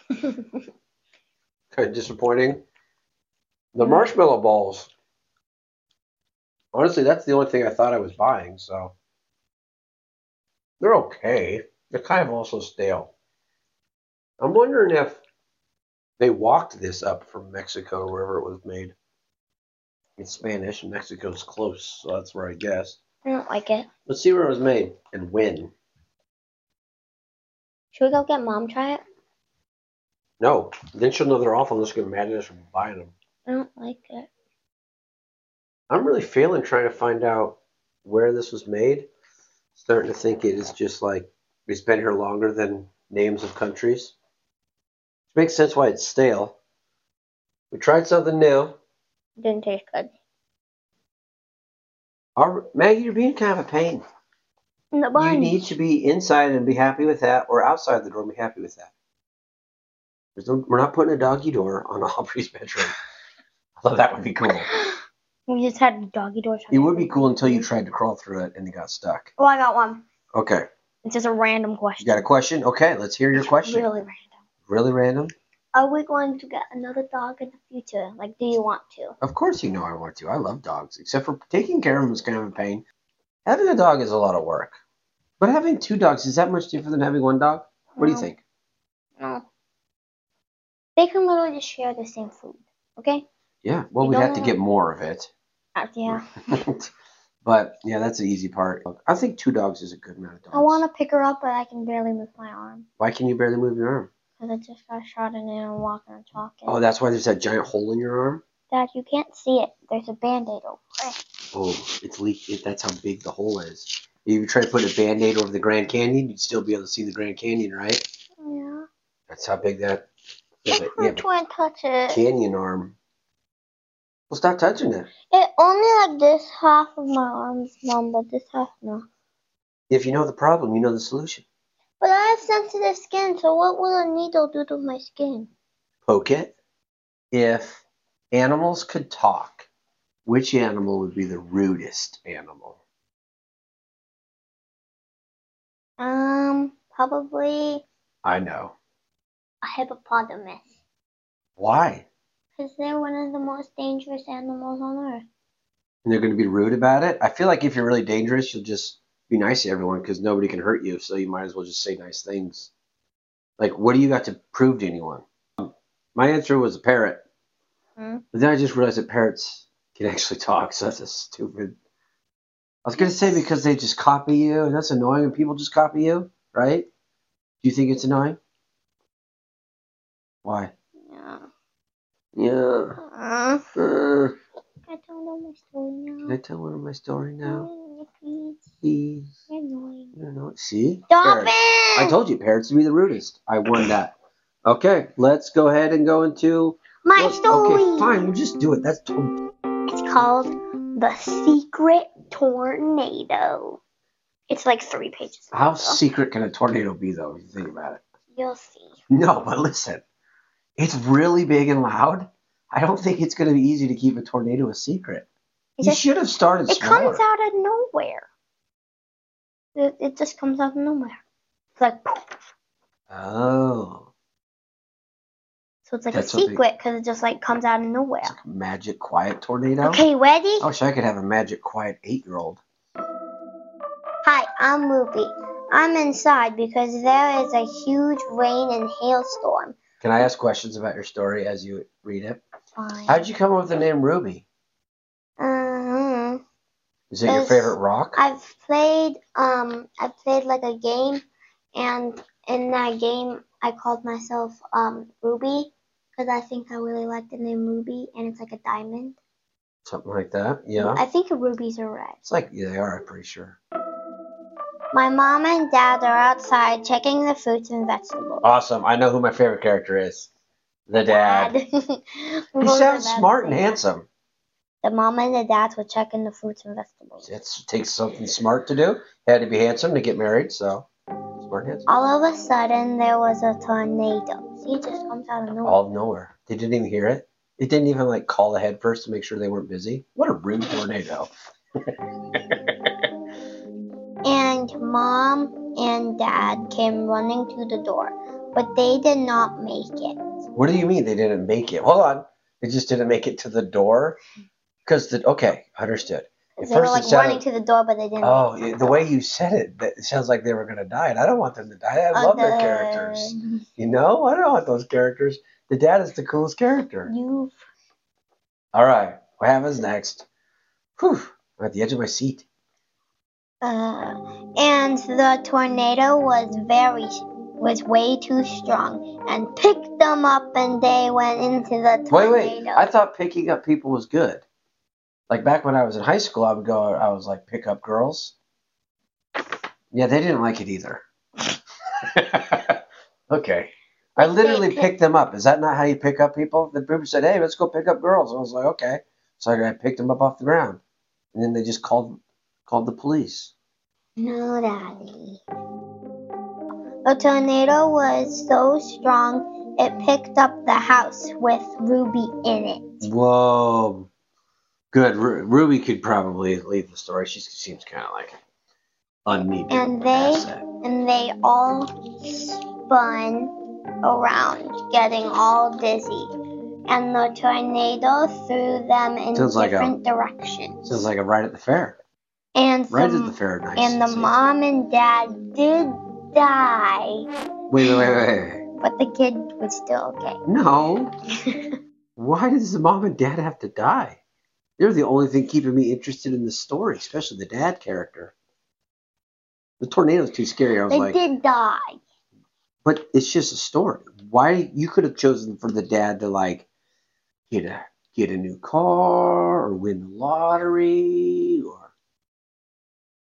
Speaker 1: kind of disappointing. The marshmallow balls. Honestly, that's the only thing I thought I was buying, so they're okay. They're kind of also stale. I'm wondering if they walked this up from Mexico, wherever it was made. It's Spanish, and Mexico's close, so that's where I guessed.
Speaker 2: I don't like it.
Speaker 1: Let's see where it was made and when.
Speaker 2: Should we go get mom try it?
Speaker 1: No, then she'll know they're awful and just get mad at us for buying them.
Speaker 2: I don't like it.
Speaker 1: I'm really failing trying to find out where this was made. Starting to think it is just like it's been here longer than names of countries. Which makes sense why it's stale. We tried something new.
Speaker 2: Didn't taste good.
Speaker 1: Our, Maggie, you're being kind of a pain.
Speaker 2: No bun.
Speaker 1: You need to be inside and be happy with that, or outside the door and be happy with that. There's no, we're not putting a doggy door on Aubrey's bedroom. Although that would be cool.
Speaker 2: we just had doggy door.
Speaker 1: It would be cool until you tried to crawl through it and it got stuck.
Speaker 2: Oh, I got one.
Speaker 1: Okay.
Speaker 2: It's just a random
Speaker 1: You
Speaker 2: question.
Speaker 1: got a question? Okay, let's hear your question.
Speaker 2: Really random.
Speaker 1: Really random?
Speaker 2: Are we going to get another dog in the future? Like, do you want to?
Speaker 1: Of course you know I want to. I love dogs, except for taking care of them is kind of a pain. Having a dog is a lot of work. But having two dogs is that much different than having one dog? What do you
Speaker 2: No.
Speaker 1: think?
Speaker 2: No. They can literally just share the same food. Okay?
Speaker 1: Yeah, well,
Speaker 2: You
Speaker 1: we'd
Speaker 2: don't
Speaker 1: have to
Speaker 2: know.
Speaker 1: get more of it.
Speaker 2: Uh, yeah.
Speaker 1: but yeah, that's the easy part. I think two dogs is a good amount of dogs.
Speaker 2: I want to pick her up, but I can barely move my arm.
Speaker 1: Why can you barely move your arm?
Speaker 2: Because I just got shot in it and walking and talking.
Speaker 1: Oh, that's why there's that giant hole in your arm?
Speaker 2: Dad, you can't see it. There's a band aid over it.
Speaker 1: Oh, it's leaked. it- That's how big the hole is. If you try to put a band aid over the Grand Canyon, you'd still be able to see the Grand Canyon, right?
Speaker 2: Yeah.
Speaker 1: That's how big that. Yeah,
Speaker 2: It
Speaker 1: but you have
Speaker 2: hurts when I touch
Speaker 1: a
Speaker 2: it.
Speaker 1: canyon arm. Well, stop touching it.
Speaker 2: It only like this half of my arm's numb, but this half no.
Speaker 1: If you know the problem, you know the solution.
Speaker 2: But I have sensitive skin, so what will a needle do to my skin?
Speaker 1: Poke it. If animals could talk, which animal would be the rudest animal?
Speaker 2: Um, probably
Speaker 1: I know.
Speaker 2: a hippopotamus.
Speaker 1: Why?
Speaker 2: Because they're one of the most dangerous animals on earth.
Speaker 1: And they're going to be rude about it. I feel like if you're really dangerous, you'll just be nice to everyone because nobody can hurt you. So you might as well just say nice things. Like, what do you got to prove to anyone? My answer was a parrot.
Speaker 2: Hmm.
Speaker 1: But then I just realized that parrots can actually talk. So that's a stupid. I was going to say because they just copy you, and that's annoying, and people just copy you, right? Do you think it's annoying? Why?
Speaker 2: Yeah.
Speaker 1: Yeah.
Speaker 2: Uh,
Speaker 1: Uh,
Speaker 2: I don't know my story
Speaker 1: can I
Speaker 2: now.
Speaker 1: tell one of my story now?
Speaker 2: Oh, Please.
Speaker 1: Please.
Speaker 2: You're annoying.
Speaker 1: You know, see?
Speaker 2: Stop
Speaker 1: Parrot.
Speaker 2: it!
Speaker 1: I told you, parrots would be the rudest. I won that. Okay, let's go ahead and go into.
Speaker 2: my
Speaker 1: well,
Speaker 2: story.
Speaker 1: Okay, fine, you just do it. That's to-
Speaker 2: It's called The Secret Tornado. It's like three pages. long,
Speaker 1: how
Speaker 2: though.
Speaker 1: secret can a tornado be, though? If you think about it.
Speaker 2: You'll see.
Speaker 1: No, but listen, It's really big and loud. I don't think it's going to be easy to keep a tornado a secret.
Speaker 2: It
Speaker 1: you
Speaker 2: just-
Speaker 1: should have started
Speaker 2: It
Speaker 1: smaller.
Speaker 2: comes out of nowhere. It, it just comes out of nowhere. It's like poof.
Speaker 1: Oh,
Speaker 2: so it's like
Speaker 1: That's
Speaker 2: a
Speaker 1: what they-
Speaker 2: secret because it just like comes out of nowhere.
Speaker 1: it's like a magic quiet tornado.
Speaker 2: Okay, ready?
Speaker 1: I wish I could have a magic quiet eight-year-old.
Speaker 2: Hi, I'm Ruby. I'm inside because there is a huge rain and hailstorm.
Speaker 1: Can I ask questions about your story as you read it?
Speaker 2: Fine.
Speaker 1: How'd you come up with the name Ruby?
Speaker 2: hmm
Speaker 1: Is it your
Speaker 2: It's-
Speaker 1: favorite rock?
Speaker 2: I've played um I've played like a game and in that game I called myself um Ruby because I think I really like the name Ruby and it's like a diamond.
Speaker 1: Something like that. Yeah.
Speaker 2: I think rubies are red.
Speaker 1: It's like yeah, they are. I'm pretty sure.
Speaker 2: My mom and dad are outside checking the fruits and vegetables.
Speaker 1: Awesome. I know who my favorite character is. The dad.
Speaker 2: he
Speaker 1: He sounds smart and handsome.
Speaker 2: The mom and the dad were checking the fruits and vegetables.
Speaker 1: It takes something smart to do. Had to be handsome to get married, so smart and handsome.
Speaker 2: All of a sudden, there was a tornado. See, it just comes out of nowhere.
Speaker 1: All of nowhere. They didn't even hear it. It didn't even like call ahead first to make sure they weren't busy. What a rude tornado.
Speaker 2: And mom and dad came running to the door, but they did not make it.
Speaker 1: What do you mean they didn't make it? Hold on. They just didn't make it to the door. Because the okay, understood. At
Speaker 2: They were
Speaker 1: first it
Speaker 2: like
Speaker 1: sounded-
Speaker 2: running to the door, but they didn't.
Speaker 1: Oh,
Speaker 2: make it.
Speaker 1: yeah, the way you said it, that it sounds like they were gonna die, and I don't want them to die. I
Speaker 2: Oh,
Speaker 1: love their
Speaker 2: the-
Speaker 1: characters. You know, I don't want those characters. The dad is the coolest character.
Speaker 2: You
Speaker 1: All right, what happens next? Whew, I'm at the edge of my seat.
Speaker 2: Uh, and the tornado was very was way too strong and picked them up and they went into the
Speaker 1: Wait,
Speaker 2: tornado.
Speaker 1: wait. I thought picking up people was good. Like back when I was in high school, I would go. I was like pick up girls. Yeah, they didn't like it either. okay. I
Speaker 2: Like, they
Speaker 1: literally
Speaker 2: pick-
Speaker 1: picked them up. Is that not how you pick up people? The people said, "Hey, let's go pick up girls." I was like, "Okay." So I I picked them up off the ground, and then they just called called the police.
Speaker 2: no, daddy. The tornado was so strong it picked up the house with Ruby in it.
Speaker 1: Whoa. Good. Ru- Ruby could probably leave the story. She seems kind of like unneeded.
Speaker 2: And they- and they all spun around, getting all dizzy. And the tornado threw them in
Speaker 1: Sounds like a-
Speaker 2: different directions.
Speaker 1: Sounds like a ride at the fair.
Speaker 2: and
Speaker 1: Right
Speaker 2: some-
Speaker 1: at the fair. Nice.
Speaker 2: Um, and the
Speaker 1: It's-
Speaker 2: mom and dad did die,
Speaker 1: Wait, wait, wait, wait, wait.
Speaker 2: but the kid was still okay.
Speaker 1: No. Why does the mom and dad have to die? They're the only thing keeping me interested in the story, especially the dad character. The tornado's too scary. I was
Speaker 2: They
Speaker 1: like,
Speaker 2: did die.
Speaker 1: but it's just a story. Why you could have chosen for the dad to like get a get a new car or win the lottery or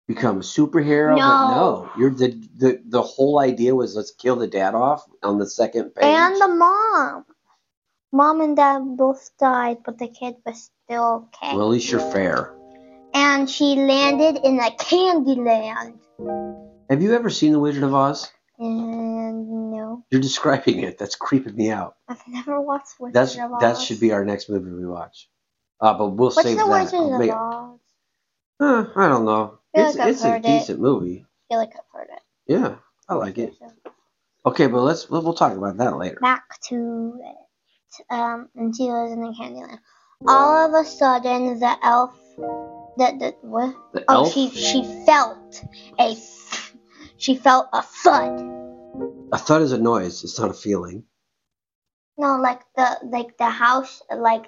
Speaker 1: become a superhero. But
Speaker 2: No.
Speaker 1: no, you're the, the the whole idea was let's kill the dad off on the second page.
Speaker 2: And the mom. Mom and dad both died, but the kid was still okay.
Speaker 1: well, at least you're fair.
Speaker 2: and she landed in a candy land.
Speaker 1: Have you ever seen The Wizard of Oz?
Speaker 2: And no.
Speaker 1: You're describing it. That's creeping me out.
Speaker 2: I've never watched Wizard
Speaker 1: That's
Speaker 2: of Oz.
Speaker 1: that should be our next movie we watch. Uh, but we'll
Speaker 2: What's
Speaker 1: save
Speaker 2: the
Speaker 1: that.
Speaker 2: Wizard
Speaker 1: I'll
Speaker 2: of
Speaker 1: make-
Speaker 2: Oz?
Speaker 1: Uh, I don't know.
Speaker 2: I feel
Speaker 1: It's,
Speaker 2: like I've
Speaker 1: it's a
Speaker 2: heard it.
Speaker 1: decent movie.
Speaker 2: I feel like I've heard it.
Speaker 1: Yeah, I like it. Okay, but let's we'll, we'll talk about that later.
Speaker 2: Back to it. Um, and she was in the Candyland. All of a sudden, the elf. The, the, what?
Speaker 1: The
Speaker 2: Oh,
Speaker 1: elf,
Speaker 2: she she felt a. f- She felt a thud.
Speaker 1: a thud is a noise. It's not a feeling.
Speaker 2: No, like the like the house like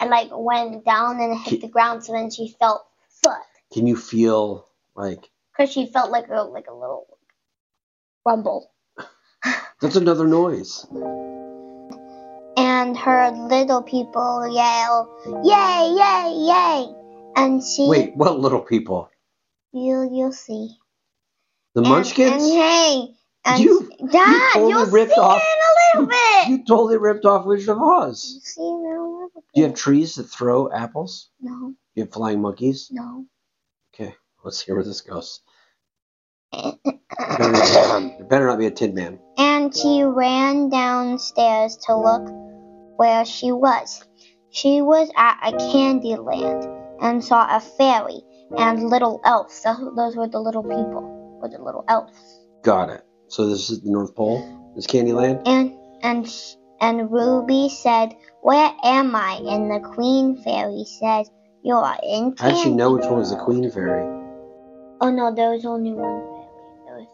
Speaker 2: and like went down and hit the ground. So then she felt thud
Speaker 1: Can you feel like
Speaker 2: because she felt like a like a little rumble.
Speaker 1: that's another noise?
Speaker 2: and her little people yell, "Yay! Yay! Yay!" And she,
Speaker 1: Wait, what little people?
Speaker 2: you you'll see.
Speaker 1: The
Speaker 2: and,
Speaker 1: Munchkins?
Speaker 2: And hey, and
Speaker 1: You-
Speaker 2: Dad,
Speaker 1: totally
Speaker 2: will
Speaker 1: ripped
Speaker 2: see
Speaker 1: off-
Speaker 2: it in a little bit.
Speaker 1: you totally ripped off Wizard of Oz.
Speaker 2: You'll see it in a little bit.
Speaker 1: Do you have trees that throw apples?
Speaker 2: no,
Speaker 1: Do you have flying monkeys?
Speaker 2: no.
Speaker 1: Let's hear where this goes. There better not be a Tin Man.
Speaker 2: and she ran downstairs to look where she was. She was at a candy land and saw a fairy and little elves. Tho- Those were the little people, or the little elves.
Speaker 1: Got it. So this is the North Pole. This Candyland.
Speaker 2: And and sh- and Ruby said, "Where am I?" And the Queen Fairy said, "You are in
Speaker 1: How did she
Speaker 2: Candy
Speaker 1: know which one was the
Speaker 2: World."
Speaker 1: Queen Fairy?
Speaker 2: Oh no, there was only one fairy.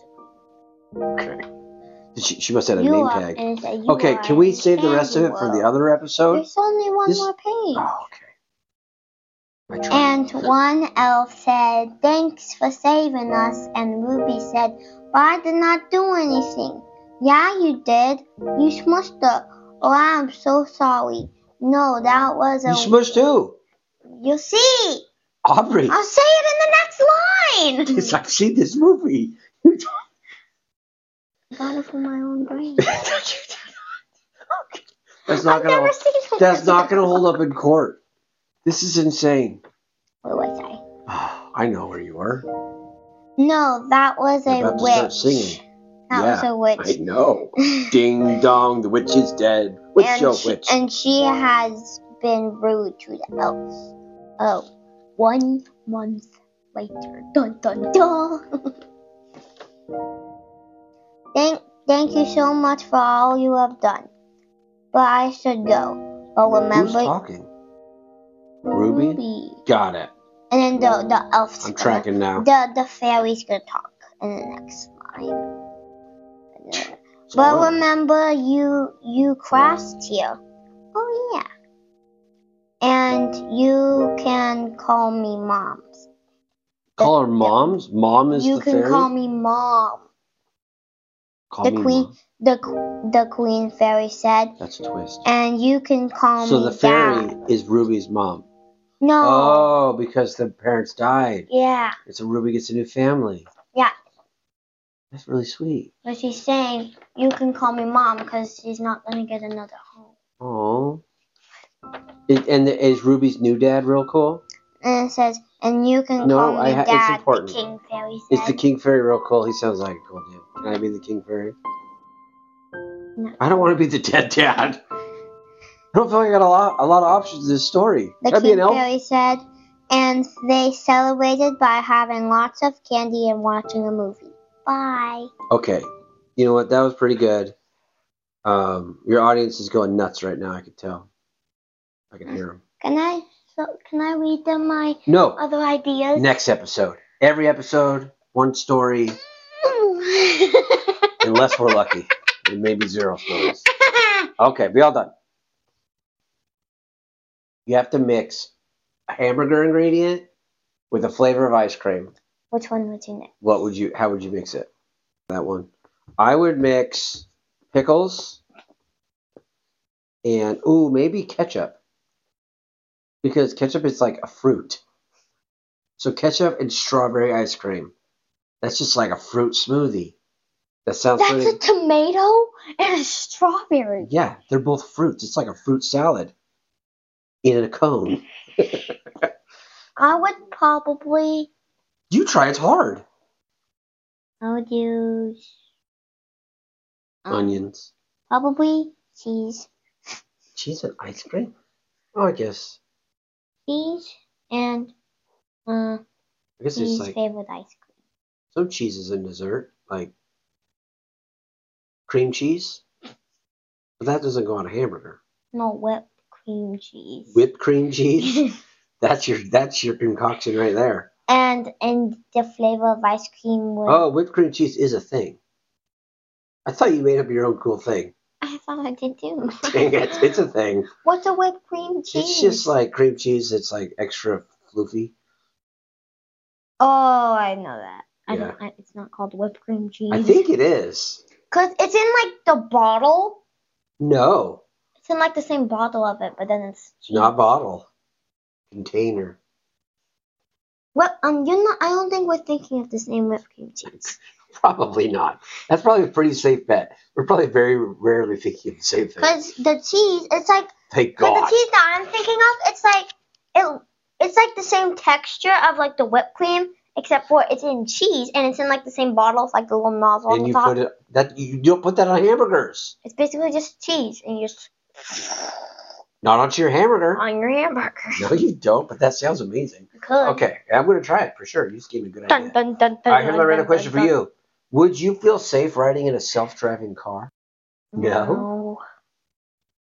Speaker 2: There was
Speaker 1: Did She, she must have
Speaker 2: the
Speaker 1: had a
Speaker 2: you
Speaker 1: name
Speaker 2: are,
Speaker 1: tag.
Speaker 2: and it said, "You
Speaker 1: Okay,
Speaker 2: are
Speaker 1: can we
Speaker 2: in
Speaker 1: save the rest of
Speaker 2: Candy
Speaker 1: it for the
Speaker 2: World."
Speaker 1: other episode?
Speaker 2: There's only one
Speaker 1: This-
Speaker 2: more page.
Speaker 1: Oh, okay. I tried.
Speaker 2: And one elf said, Thanks for saving us. And Ruby said, But I did not do anything. Yeah, you did. You smushed her. Oh, I'm so sorry. No, that was a.
Speaker 1: you smushed who?
Speaker 2: You'll see.
Speaker 1: Aubrey.
Speaker 2: I'll say it in the next
Speaker 1: It's
Speaker 2: line. Hmm,
Speaker 1: like, see this movie. You did-
Speaker 2: Got it from my own brain.
Speaker 1: that's not
Speaker 2: I've
Speaker 1: gonna.
Speaker 2: never seen it.
Speaker 1: That's not gonna hold up in court. This is insane.
Speaker 2: What was I?
Speaker 1: I know where you are.
Speaker 2: No, that was
Speaker 1: You're
Speaker 2: a
Speaker 1: about to
Speaker 2: witch.
Speaker 1: start singing.
Speaker 2: That
Speaker 1: Yeah,
Speaker 2: was a witch.
Speaker 1: I know. Ding dong, the witch is dead. Witch
Speaker 2: and
Speaker 1: yo
Speaker 2: she,
Speaker 1: witch.
Speaker 2: And she has been rude to the elves. Oh, one month later. Dun dun dun. thank, thank you so much for all you have done. But I should go. But
Speaker 1: Who's
Speaker 2: remember,
Speaker 1: talking? Ruby? Got it.
Speaker 2: And then the the elf's
Speaker 1: I'm
Speaker 2: gonna-
Speaker 1: tracking now.
Speaker 2: The the fairy's gonna talk in the next line. And then- But
Speaker 1: Spoiler.
Speaker 2: remember, you you crashed here. Oh yeah. And you can call me mom.
Speaker 1: Call her moms. Mom is
Speaker 2: You
Speaker 1: the
Speaker 2: can
Speaker 1: fairy.
Speaker 2: call me mom.
Speaker 1: Call
Speaker 2: the
Speaker 1: me
Speaker 2: queen-
Speaker 1: Mom.
Speaker 2: The qu- the queen fairy said,
Speaker 1: That's a twist.
Speaker 2: and um, you can call
Speaker 1: So
Speaker 2: me
Speaker 1: the fairy
Speaker 2: dad.
Speaker 1: is Ruby's mom.
Speaker 2: No.
Speaker 1: Oh, because the parents died.
Speaker 2: Yeah,
Speaker 1: And so Ruby gets a new family.
Speaker 2: Yeah.
Speaker 1: That's really sweet.
Speaker 2: but she's saying you can call me mom because she's not gonna get another home.
Speaker 1: Oh. And the, is Ruby's new dad real cool?
Speaker 2: And it says, and you can
Speaker 1: No,
Speaker 2: call
Speaker 1: I
Speaker 2: me
Speaker 1: ha- it's
Speaker 2: dad.
Speaker 1: important.
Speaker 2: The king fairy said.
Speaker 1: Is the king fairy real cool? He sounds like a cool dude. Can I be the king fairy?
Speaker 2: No.
Speaker 1: I don't want to be the dead dad. I don't feel like I got a lot, a lot of options in this story.
Speaker 2: the
Speaker 1: Can I be
Speaker 2: king
Speaker 1: an elf?
Speaker 2: fairy said, and they celebrated by having lots of candy and watching a movie. Bye.
Speaker 1: Okay. You know what? That was pretty good. Um, your audience is going nuts right now. I can tell. I can hear them.
Speaker 2: Can I so can I read them my
Speaker 1: No.
Speaker 2: other ideas?
Speaker 1: Next episode. Every episode, one story, unless we're lucky. It may be zero stories. Okay, we all done. You have to mix a hamburger ingredient with a flavor of ice cream.
Speaker 2: Which one would you next?
Speaker 1: What would you? How would you mix it? That one. I would mix pickles and ooh, maybe ketchup. Because ketchup is like a fruit. So ketchup and strawberry ice cream. That's just like a fruit smoothie. That sounds
Speaker 2: That's
Speaker 1: pretty.
Speaker 2: a tomato and a strawberry.
Speaker 1: Yeah, they're both fruits. It's like a fruit salad in a cone.
Speaker 2: I would probably
Speaker 1: You try. It's hard.
Speaker 2: I would use um,
Speaker 1: Onions,
Speaker 2: Probably cheese,
Speaker 1: cheese, and ice cream. Oh, I guess.
Speaker 2: cheese, and uh,
Speaker 1: I guess it's
Speaker 2: his
Speaker 1: like
Speaker 2: favorite ice cream.
Speaker 1: some cheeses in dessert, like cream cheese. But that doesn't go on a hamburger.
Speaker 2: No whipped cream cheese.
Speaker 1: Whipped cream cheese. That's your that's your concoction right there.
Speaker 2: and and the flavor of ice cream was.
Speaker 1: Oh, whipped cream cheese is a thing. I thought you made up your own cool thing.
Speaker 2: I thought I did too.
Speaker 1: Dang it, it's a thing.
Speaker 2: What's a whipped cream cheese?
Speaker 1: It's just like cream cheese that's like extra floofy.
Speaker 2: oh, I know that. I
Speaker 1: Yeah.
Speaker 2: don't. I, it's not called whipped cream cheese.
Speaker 1: I think it is.
Speaker 2: Cause it's in like the bottle.
Speaker 1: No,
Speaker 2: It's in like the same bottle of it, but then it's cheese.
Speaker 1: not bottle. Container.
Speaker 2: Well, um, you're not. I don't think we're thinking of the same whipped cream cheese.
Speaker 1: Probably not. That's probably a pretty safe bet. We're probably very rarely thinking of the same thing.
Speaker 2: Cause the cheese, it's like.
Speaker 1: Thank
Speaker 2: But
Speaker 1: God.
Speaker 2: the cheese that I'm thinking of, it's like it, it's like the same texture of like the whipped cream, except for it's in cheese and it's in like the same bottle with like the little nozzle on
Speaker 1: and
Speaker 2: the
Speaker 1: you
Speaker 2: top.
Speaker 1: put it that you don't put that on hamburgers.
Speaker 2: it's basically just cheese and you just
Speaker 1: Not onto your hamburger.
Speaker 2: on your hamburger.
Speaker 1: No, you don't. But that sounds amazing.
Speaker 2: Good.
Speaker 1: Okay, I'm gonna try it for sure. You just gave me a good
Speaker 2: Dun,
Speaker 1: idea.
Speaker 2: dun, dun,
Speaker 1: All
Speaker 2: dun,
Speaker 1: right, here's my
Speaker 2: dun,
Speaker 1: random
Speaker 2: dun,
Speaker 1: question for
Speaker 2: dun,
Speaker 1: you. Would you feel safe riding in a self-driving car?
Speaker 2: dun.
Speaker 1: No.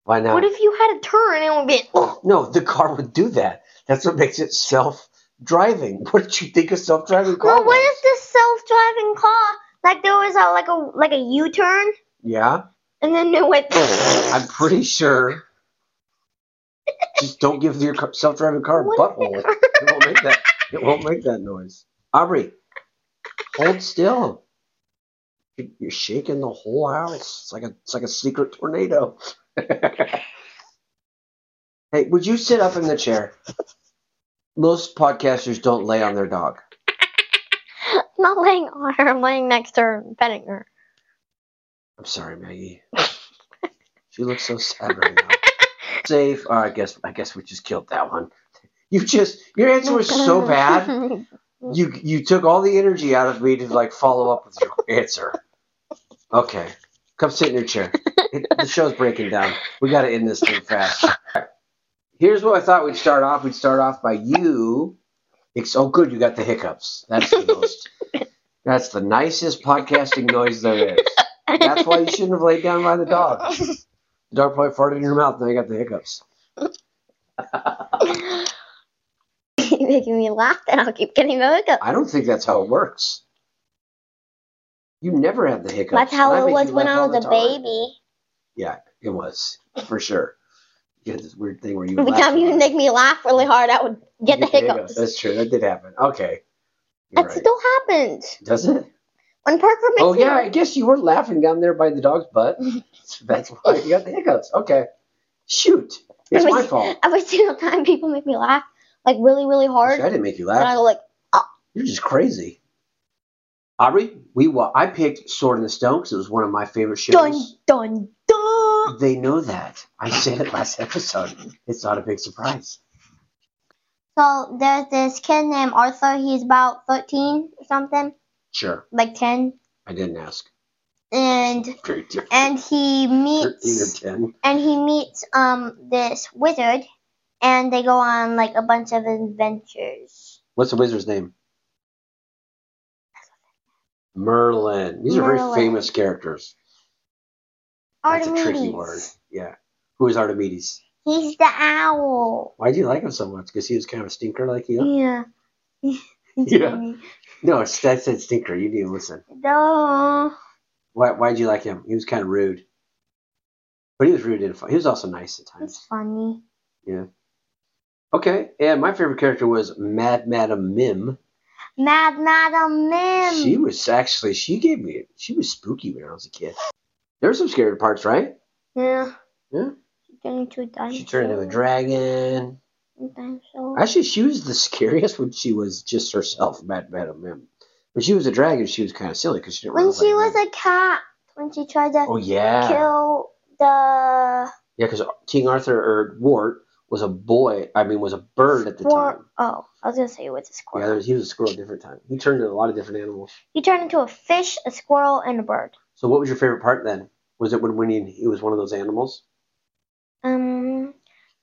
Speaker 1: Why not?
Speaker 2: What if you had a turn and it would be
Speaker 1: No, the car would do that. That's what makes it self-driving. What did you think a self-driving car
Speaker 2: Well, what
Speaker 1: was?
Speaker 2: if the self-driving car, like there was a like a like a U-turn,
Speaker 1: Yeah,
Speaker 2: and then it went.
Speaker 1: I'm pretty sure. Just don't give your car- self-driving car a
Speaker 2: What
Speaker 1: butthole. It won't make that. It won't make that noise. Aubrey, hold still. You're- You're shaking the whole house. It's like a it's like a secret tornado. hey, would you sit up in the chair? Most podcasters don't lay on their dog.
Speaker 2: Not laying on her, I'm laying next to her, and petting her.
Speaker 1: I'm sorry, Maggie. she looks so sad right now. Safe. Oh, I guess I guess we just killed that one. You just your answer was so bad. You you took all the energy out of me to like follow up with your answer. Okay, come sit in your chair. It- the show's breaking down. We got to end this thing fast. Here's what I thought we'd start off. We'd start off by you. It's, oh, good, you got the hiccups. That's the most. that's the nicest podcasting noise there is. That's why you shouldn't have laid down by the dog. The dog probably farted in your mouth, and I got the hiccups.
Speaker 2: Keep making me laugh, and I'll keep getting the hiccups.
Speaker 1: I don't think that's how it works. You never had the hiccups.
Speaker 2: That's
Speaker 1: and
Speaker 2: how
Speaker 1: I
Speaker 2: it
Speaker 1: make
Speaker 2: was
Speaker 1: you
Speaker 2: when
Speaker 1: laugh
Speaker 2: I
Speaker 1: all
Speaker 2: was
Speaker 1: the
Speaker 2: a
Speaker 1: time.
Speaker 2: baby.
Speaker 1: It was for sure. You had this weird thing where you.
Speaker 2: Every
Speaker 1: laugh
Speaker 2: time
Speaker 1: a
Speaker 2: you
Speaker 1: lot.
Speaker 2: would make me laugh really hard, I would
Speaker 1: You
Speaker 2: get the hiccups.
Speaker 1: That's true. That did happen. Okay. You're
Speaker 2: That
Speaker 1: right.
Speaker 2: still happens
Speaker 1: Does it?
Speaker 2: when Parker makes
Speaker 1: Oh
Speaker 2: me
Speaker 1: yeah, I guess you were laughing down there by the dog's butt. So that's why you got the hiccups. Okay. Shoot. It's my fault.
Speaker 2: Every single time people make me laugh, like really, really hard,
Speaker 1: I didn't make you
Speaker 2: and
Speaker 1: laugh.
Speaker 2: I go like,
Speaker 1: You're just crazy. Aubrey, we wa- I picked Sword in the Stone because it was one of my favorite
Speaker 2: dun,
Speaker 1: shows.
Speaker 2: dun, dun.
Speaker 1: They know that. I said it last episode. It's not a big surprise.
Speaker 2: So there's this kid named Arthur. He's about 13 or something,
Speaker 1: Sure,
Speaker 2: like 10,
Speaker 1: I didn't ask.
Speaker 2: and
Speaker 1: Very different.
Speaker 2: and he
Speaker 1: Thirteen or
Speaker 2: meets
Speaker 1: ten.
Speaker 2: and he meets um this wizard, and they go on like a bunch of adventures.
Speaker 1: What's the wizard's name? Merlin. These are very
Speaker 2: Merlin.
Speaker 1: famous characters. That's a tricky
Speaker 2: Artemis.
Speaker 1: word. Yeah. Who is Artemis?
Speaker 2: He's the owl.
Speaker 1: Why do you like him so much? Because he was kind of a stinker like you?
Speaker 2: Yeah.
Speaker 1: Yeah. No, I said stinker. You didn't listen.
Speaker 2: No.
Speaker 1: Why why'd you like him? He was kind of rude. But he was rude and fun. He was also nice at
Speaker 2: It's
Speaker 1: times.
Speaker 2: funny.
Speaker 1: Okay, and my favorite character was Mad Madam Mim.
Speaker 2: Mad Madam Mim.
Speaker 1: She was actually she gave me she was spooky when I was a kid. There were some scary parts, right?
Speaker 2: Yeah.
Speaker 1: Yeah.
Speaker 2: She turned into a dinosaur.
Speaker 1: She turned into a dragon.
Speaker 2: A dinosaur.
Speaker 1: Actually, she was the scariest when she was just herself, Mad Madam Mim. When she was a dragon, she was kind of silly because she didn't.
Speaker 2: when
Speaker 1: really
Speaker 2: she
Speaker 1: like
Speaker 2: was
Speaker 1: men.
Speaker 2: a cat, when she tried to
Speaker 1: oh yeah,
Speaker 2: kill the
Speaker 1: yeah, because King Arthur or Wart was a boy. I mean, was a bird at the
Speaker 2: squirrel.
Speaker 1: time.
Speaker 2: Oh, I was gonna say it
Speaker 1: Oh,
Speaker 2: was a
Speaker 1: Yeah,
Speaker 2: squirrel.
Speaker 1: there was, he was a squirrel a different time. He turned into a lot of different animals.
Speaker 2: He turned into a fish, a squirrel, and a bird.
Speaker 1: So what was your favorite part then? Was it when Winnie he was one of those animals?
Speaker 2: Um,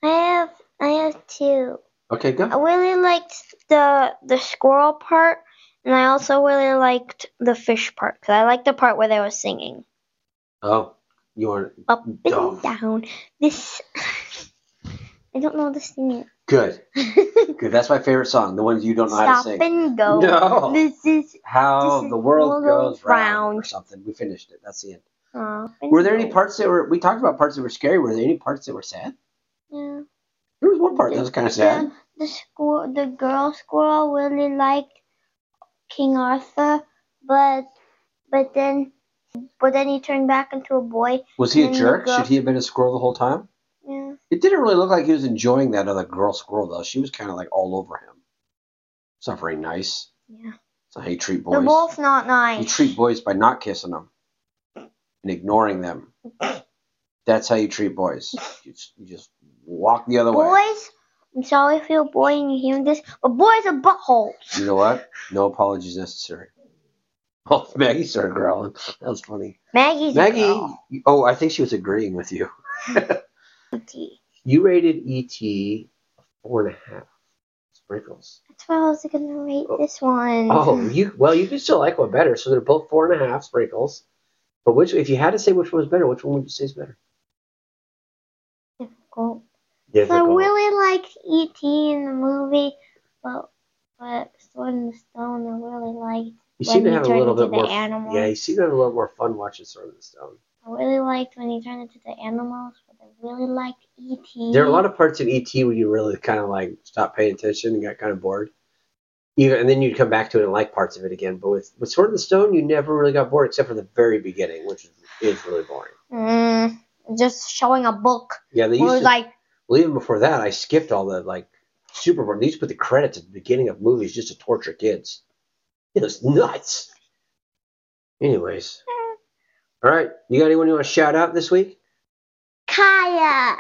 Speaker 2: I have I have two.
Speaker 1: Okay,
Speaker 2: I
Speaker 1: go.
Speaker 2: really liked the the squirrel part, and I also really liked the fish part because I liked the part where they were singing
Speaker 1: Oh, you are
Speaker 2: up and
Speaker 1: Dumb.
Speaker 2: down. This I don't know the singing.
Speaker 1: good. Good. That's my favorite song. The ones you don't know how
Speaker 2: Stop
Speaker 1: to sing.
Speaker 2: and go.
Speaker 1: No.
Speaker 2: This is.
Speaker 1: How
Speaker 2: This is
Speaker 1: the world
Speaker 2: world
Speaker 1: goes round or
Speaker 2: round.
Speaker 1: something. We finished it. That's the end.
Speaker 2: Stop and
Speaker 1: Were there any
Speaker 2: go.
Speaker 1: parts that were? We talked about parts that were scary. Were there any parts that were sad?
Speaker 2: Yeah.
Speaker 1: There was one part that was kind of sad.
Speaker 2: The, the squirrel, the girl squirrel, really liked King Arthur, but but then but then he turned back into a boy.
Speaker 1: Was he a
Speaker 2: And the
Speaker 1: jerk?
Speaker 2: girl-
Speaker 1: Should he have been a squirrel the whole time?
Speaker 2: Yeah.
Speaker 1: It didn't really look like he was enjoying that other girl squirrel though. She was kind of like all over him. It's not very nice.
Speaker 2: Yeah.
Speaker 1: It's not how you treat
Speaker 2: They're
Speaker 1: boys.
Speaker 2: both not
Speaker 1: You
Speaker 2: nice.
Speaker 1: treat boys by not kissing them and ignoring them. That's how you treat boys. You just, you just walk the other way.
Speaker 2: Boys, I'm sorry if you're a boy and you're hearing this, but boys are buttholes.
Speaker 1: You know what? No apologies necessary. Oh, Maggie started growling. That was funny.
Speaker 2: Maggie's a
Speaker 1: Maggie,
Speaker 2: girl.
Speaker 1: oh, I think she was agreeing with you.
Speaker 2: E.T.
Speaker 6: You rated ET a four and a half sprinkles.
Speaker 2: That's what I was gonna rate this one.
Speaker 6: Oh, you well, you could still like one better. So they're both four and a half sprinkles. But which, if you had to say which one was better, which one would you say is better?
Speaker 2: Difficult. I
Speaker 6: Difficult.
Speaker 2: really liked E.T. in the movie, but but Sword in the Stone I really liked.
Speaker 6: you
Speaker 2: when
Speaker 6: seem to
Speaker 2: he
Speaker 6: have a
Speaker 2: turned
Speaker 6: little
Speaker 2: into
Speaker 6: bit
Speaker 2: the
Speaker 6: more.
Speaker 2: animal.
Speaker 6: Yeah, you seem to have a little more fun watching Sword of the Stone.
Speaker 2: I really liked when he turned into the animals, but I really liked E E.T.
Speaker 6: There are a lot of parts of ET where you really kind of like stopped paying attention and got kind of bored. You, and then you'd come back to it and like parts of it again. But with, with Sword in the Stone, you never really got bored except for the very beginning, which is, is really boring.
Speaker 2: Mm, just showing a book.
Speaker 6: Yeah, they
Speaker 2: Or
Speaker 6: used to,
Speaker 2: like
Speaker 6: well, even before that, I skipped all the like super boring. They used to put the credits at the beginning of movies just to torture kids. It was nuts. Anyways, all right, you got anyone you want to shout out this week?
Speaker 2: Kaya,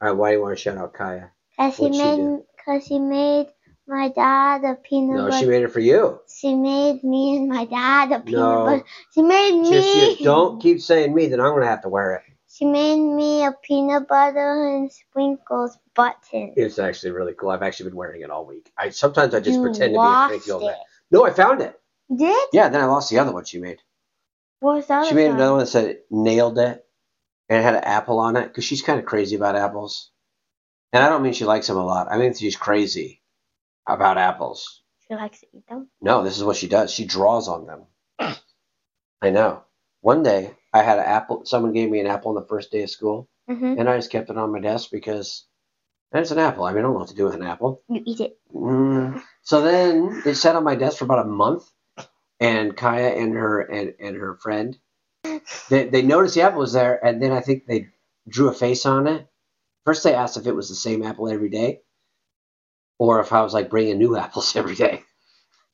Speaker 6: All right, why do you want to shout out Kaya?
Speaker 2: cause he
Speaker 6: What'd she
Speaker 2: made,
Speaker 6: do?
Speaker 2: cause he made my dad a peanut
Speaker 6: No,
Speaker 2: butter.
Speaker 6: she made it for you.
Speaker 2: She made me and my dad a peanut
Speaker 6: No.
Speaker 2: butter. She made me.
Speaker 6: Just you. Don't keep saying me, then I'm gonna have to wear it.
Speaker 2: She made me a peanut butter and sprinkles button.
Speaker 6: It's actually really cool. I've actually been wearing it all week. I sometimes I just
Speaker 2: you
Speaker 6: pretend to be a
Speaker 2: lost
Speaker 6: big deal.
Speaker 2: it.
Speaker 6: No, I found it.
Speaker 2: Did?
Speaker 6: Yeah, then I lost the other one she made.
Speaker 2: What was that?
Speaker 6: She made another one that said nailed it, and it had an apple on it because she's kind of crazy about apples. And I don't mean she likes them a lot. I mean she's crazy about apples.
Speaker 2: She likes to eat them.
Speaker 6: No, this is what she does. She draws on them. I know. One day I had an apple. Someone gave me an apple on the first day of school.
Speaker 2: hmm
Speaker 6: and I just kept it on my desk because that's an apple. I mean, I don't know what to do with an apple.
Speaker 2: You eat it.
Speaker 6: Mm. So then it sat on my desk for about a month, and Kaya and her and, and her friend, they, they noticed the apple was there, and then I think they drew a face on it. First, they asked if it was the same apple every day, or if I was like bringing new apples every day.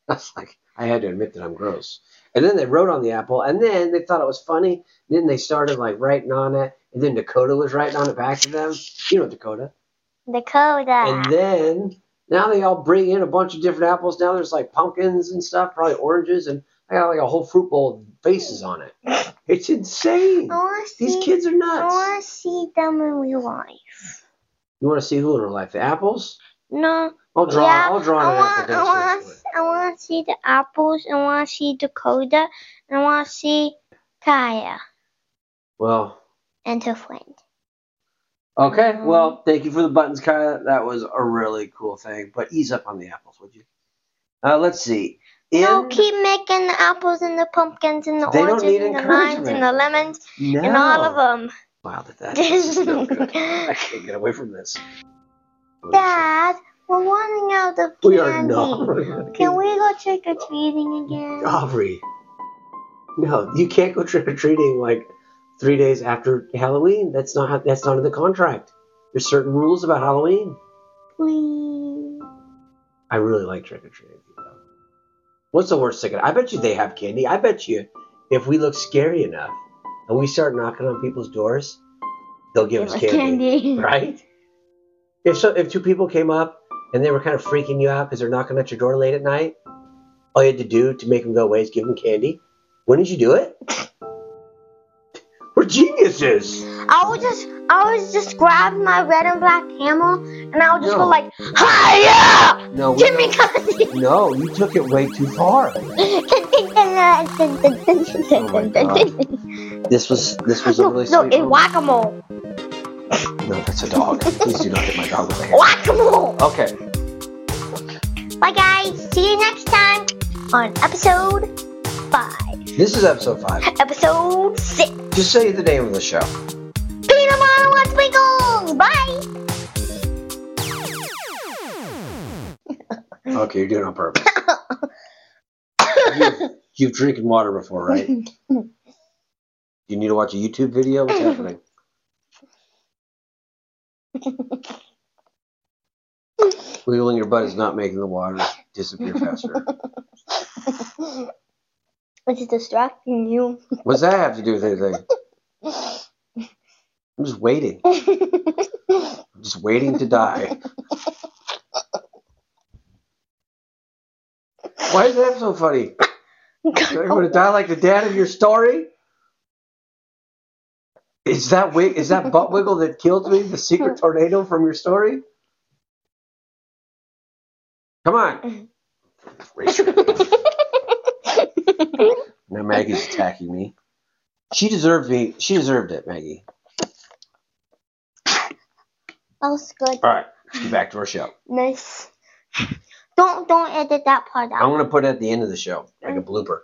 Speaker 6: I was like, I had to admit that I'm gross. And then they wrote on the apple, and then they thought it was funny. Then they started like writing on it, and then Dakota was writing on it back to them. You know Dakota.
Speaker 2: Dakota.
Speaker 6: And then now they all bring in a bunch of different apples. Now there's like pumpkins and stuff, probably oranges, and I got like a whole fruit bowl with faces on it. It's insane.
Speaker 2: I want to
Speaker 6: These
Speaker 2: Oh, see.
Speaker 6: kids are
Speaker 2: I
Speaker 6: nuts.
Speaker 2: want to see them in real life.
Speaker 6: You want to see who in real life? The apples?
Speaker 2: No.
Speaker 6: I'll draw.
Speaker 2: Yeah,
Speaker 6: I'll draw
Speaker 2: I
Speaker 6: an
Speaker 2: want,
Speaker 6: apple.
Speaker 2: I want,
Speaker 6: demonstration.
Speaker 2: I want to see the apples. I want to see Dakota. And I want to see Kaya
Speaker 6: Well,
Speaker 2: and her friend.
Speaker 6: okay.
Speaker 2: Mhm.
Speaker 6: Well, thank you for the buttons, Kaya. That was a really cool thing. But ease up on the apples, would you? Uh, let's see. In,
Speaker 2: no, keep making the apples and the pumpkins and the
Speaker 6: They don't
Speaker 2: oranges
Speaker 6: need
Speaker 2: and the limes and the
Speaker 6: encouragement.
Speaker 2: lemons
Speaker 6: no.
Speaker 2: and all of them.
Speaker 6: Wild at that. This is no good. I can't get away from this.
Speaker 2: Dad, we're running out of candy.
Speaker 6: We are not.
Speaker 2: Can we go trick or treating again?
Speaker 6: Aubrey. No, you can't go trick or treating like three days after Halloween. That's not how, that's not in the contract. There's certain rules about Halloween.
Speaker 2: Please.
Speaker 6: I really like trick or treating. though. What's the worst that could? I bet you they have candy. I bet you, if we look scary enough and we start knocking on people's doors, they'll give, us candy. right? If so, if two people came up and they were kind of freaking you out because they're knocking at your door late at night, all you had to do to make them go away is give them candy. When did you do it? We're geniuses.
Speaker 2: I would just, I would just grab my red and black camel, and I would just
Speaker 6: No.
Speaker 2: go like, "Hiya!
Speaker 6: No,
Speaker 2: Give me candy!"
Speaker 6: no, you took it way too far. Oh my God. This was this was a
Speaker 2: no,
Speaker 6: really
Speaker 2: no,
Speaker 6: sweet.
Speaker 2: it's
Speaker 6: moment.
Speaker 2: whack-a-mole.
Speaker 6: No, that's a dog. Please do not hit my dog with a hammer.
Speaker 2: Whack-a-mole.
Speaker 6: Okay.
Speaker 2: Bye, guys. See you next time on episode five,
Speaker 6: This is episode five.
Speaker 2: episode six.
Speaker 6: Just say the name of the show.
Speaker 2: Peanut butter and sprinkles. Bye.
Speaker 6: Okay, you're doing it on purpose. you've, you've drinking water before, right? You need to watch a YouTube video? What's happening? Wiggling your butt is not making the water disappear faster.
Speaker 2: Which is distracting you.
Speaker 6: What's that have to do with anything? I'm just waiting. I'm just waiting to die. Why is that so funny? Oh, You're going to die like the dad of your story?
Speaker 1: Is that wig? Is that butt wiggle that killed me? The secret tornado from your story? Come on. Raise your hand. Now Maggie's attacking me. She deserved me. She deserved it, Maggie.
Speaker 2: That was good.
Speaker 1: All right, let's get back to our show.
Speaker 2: Nice. Don't don't edit that part
Speaker 1: I'm
Speaker 2: out.
Speaker 1: gonna put it at the end of the show, like a blooper.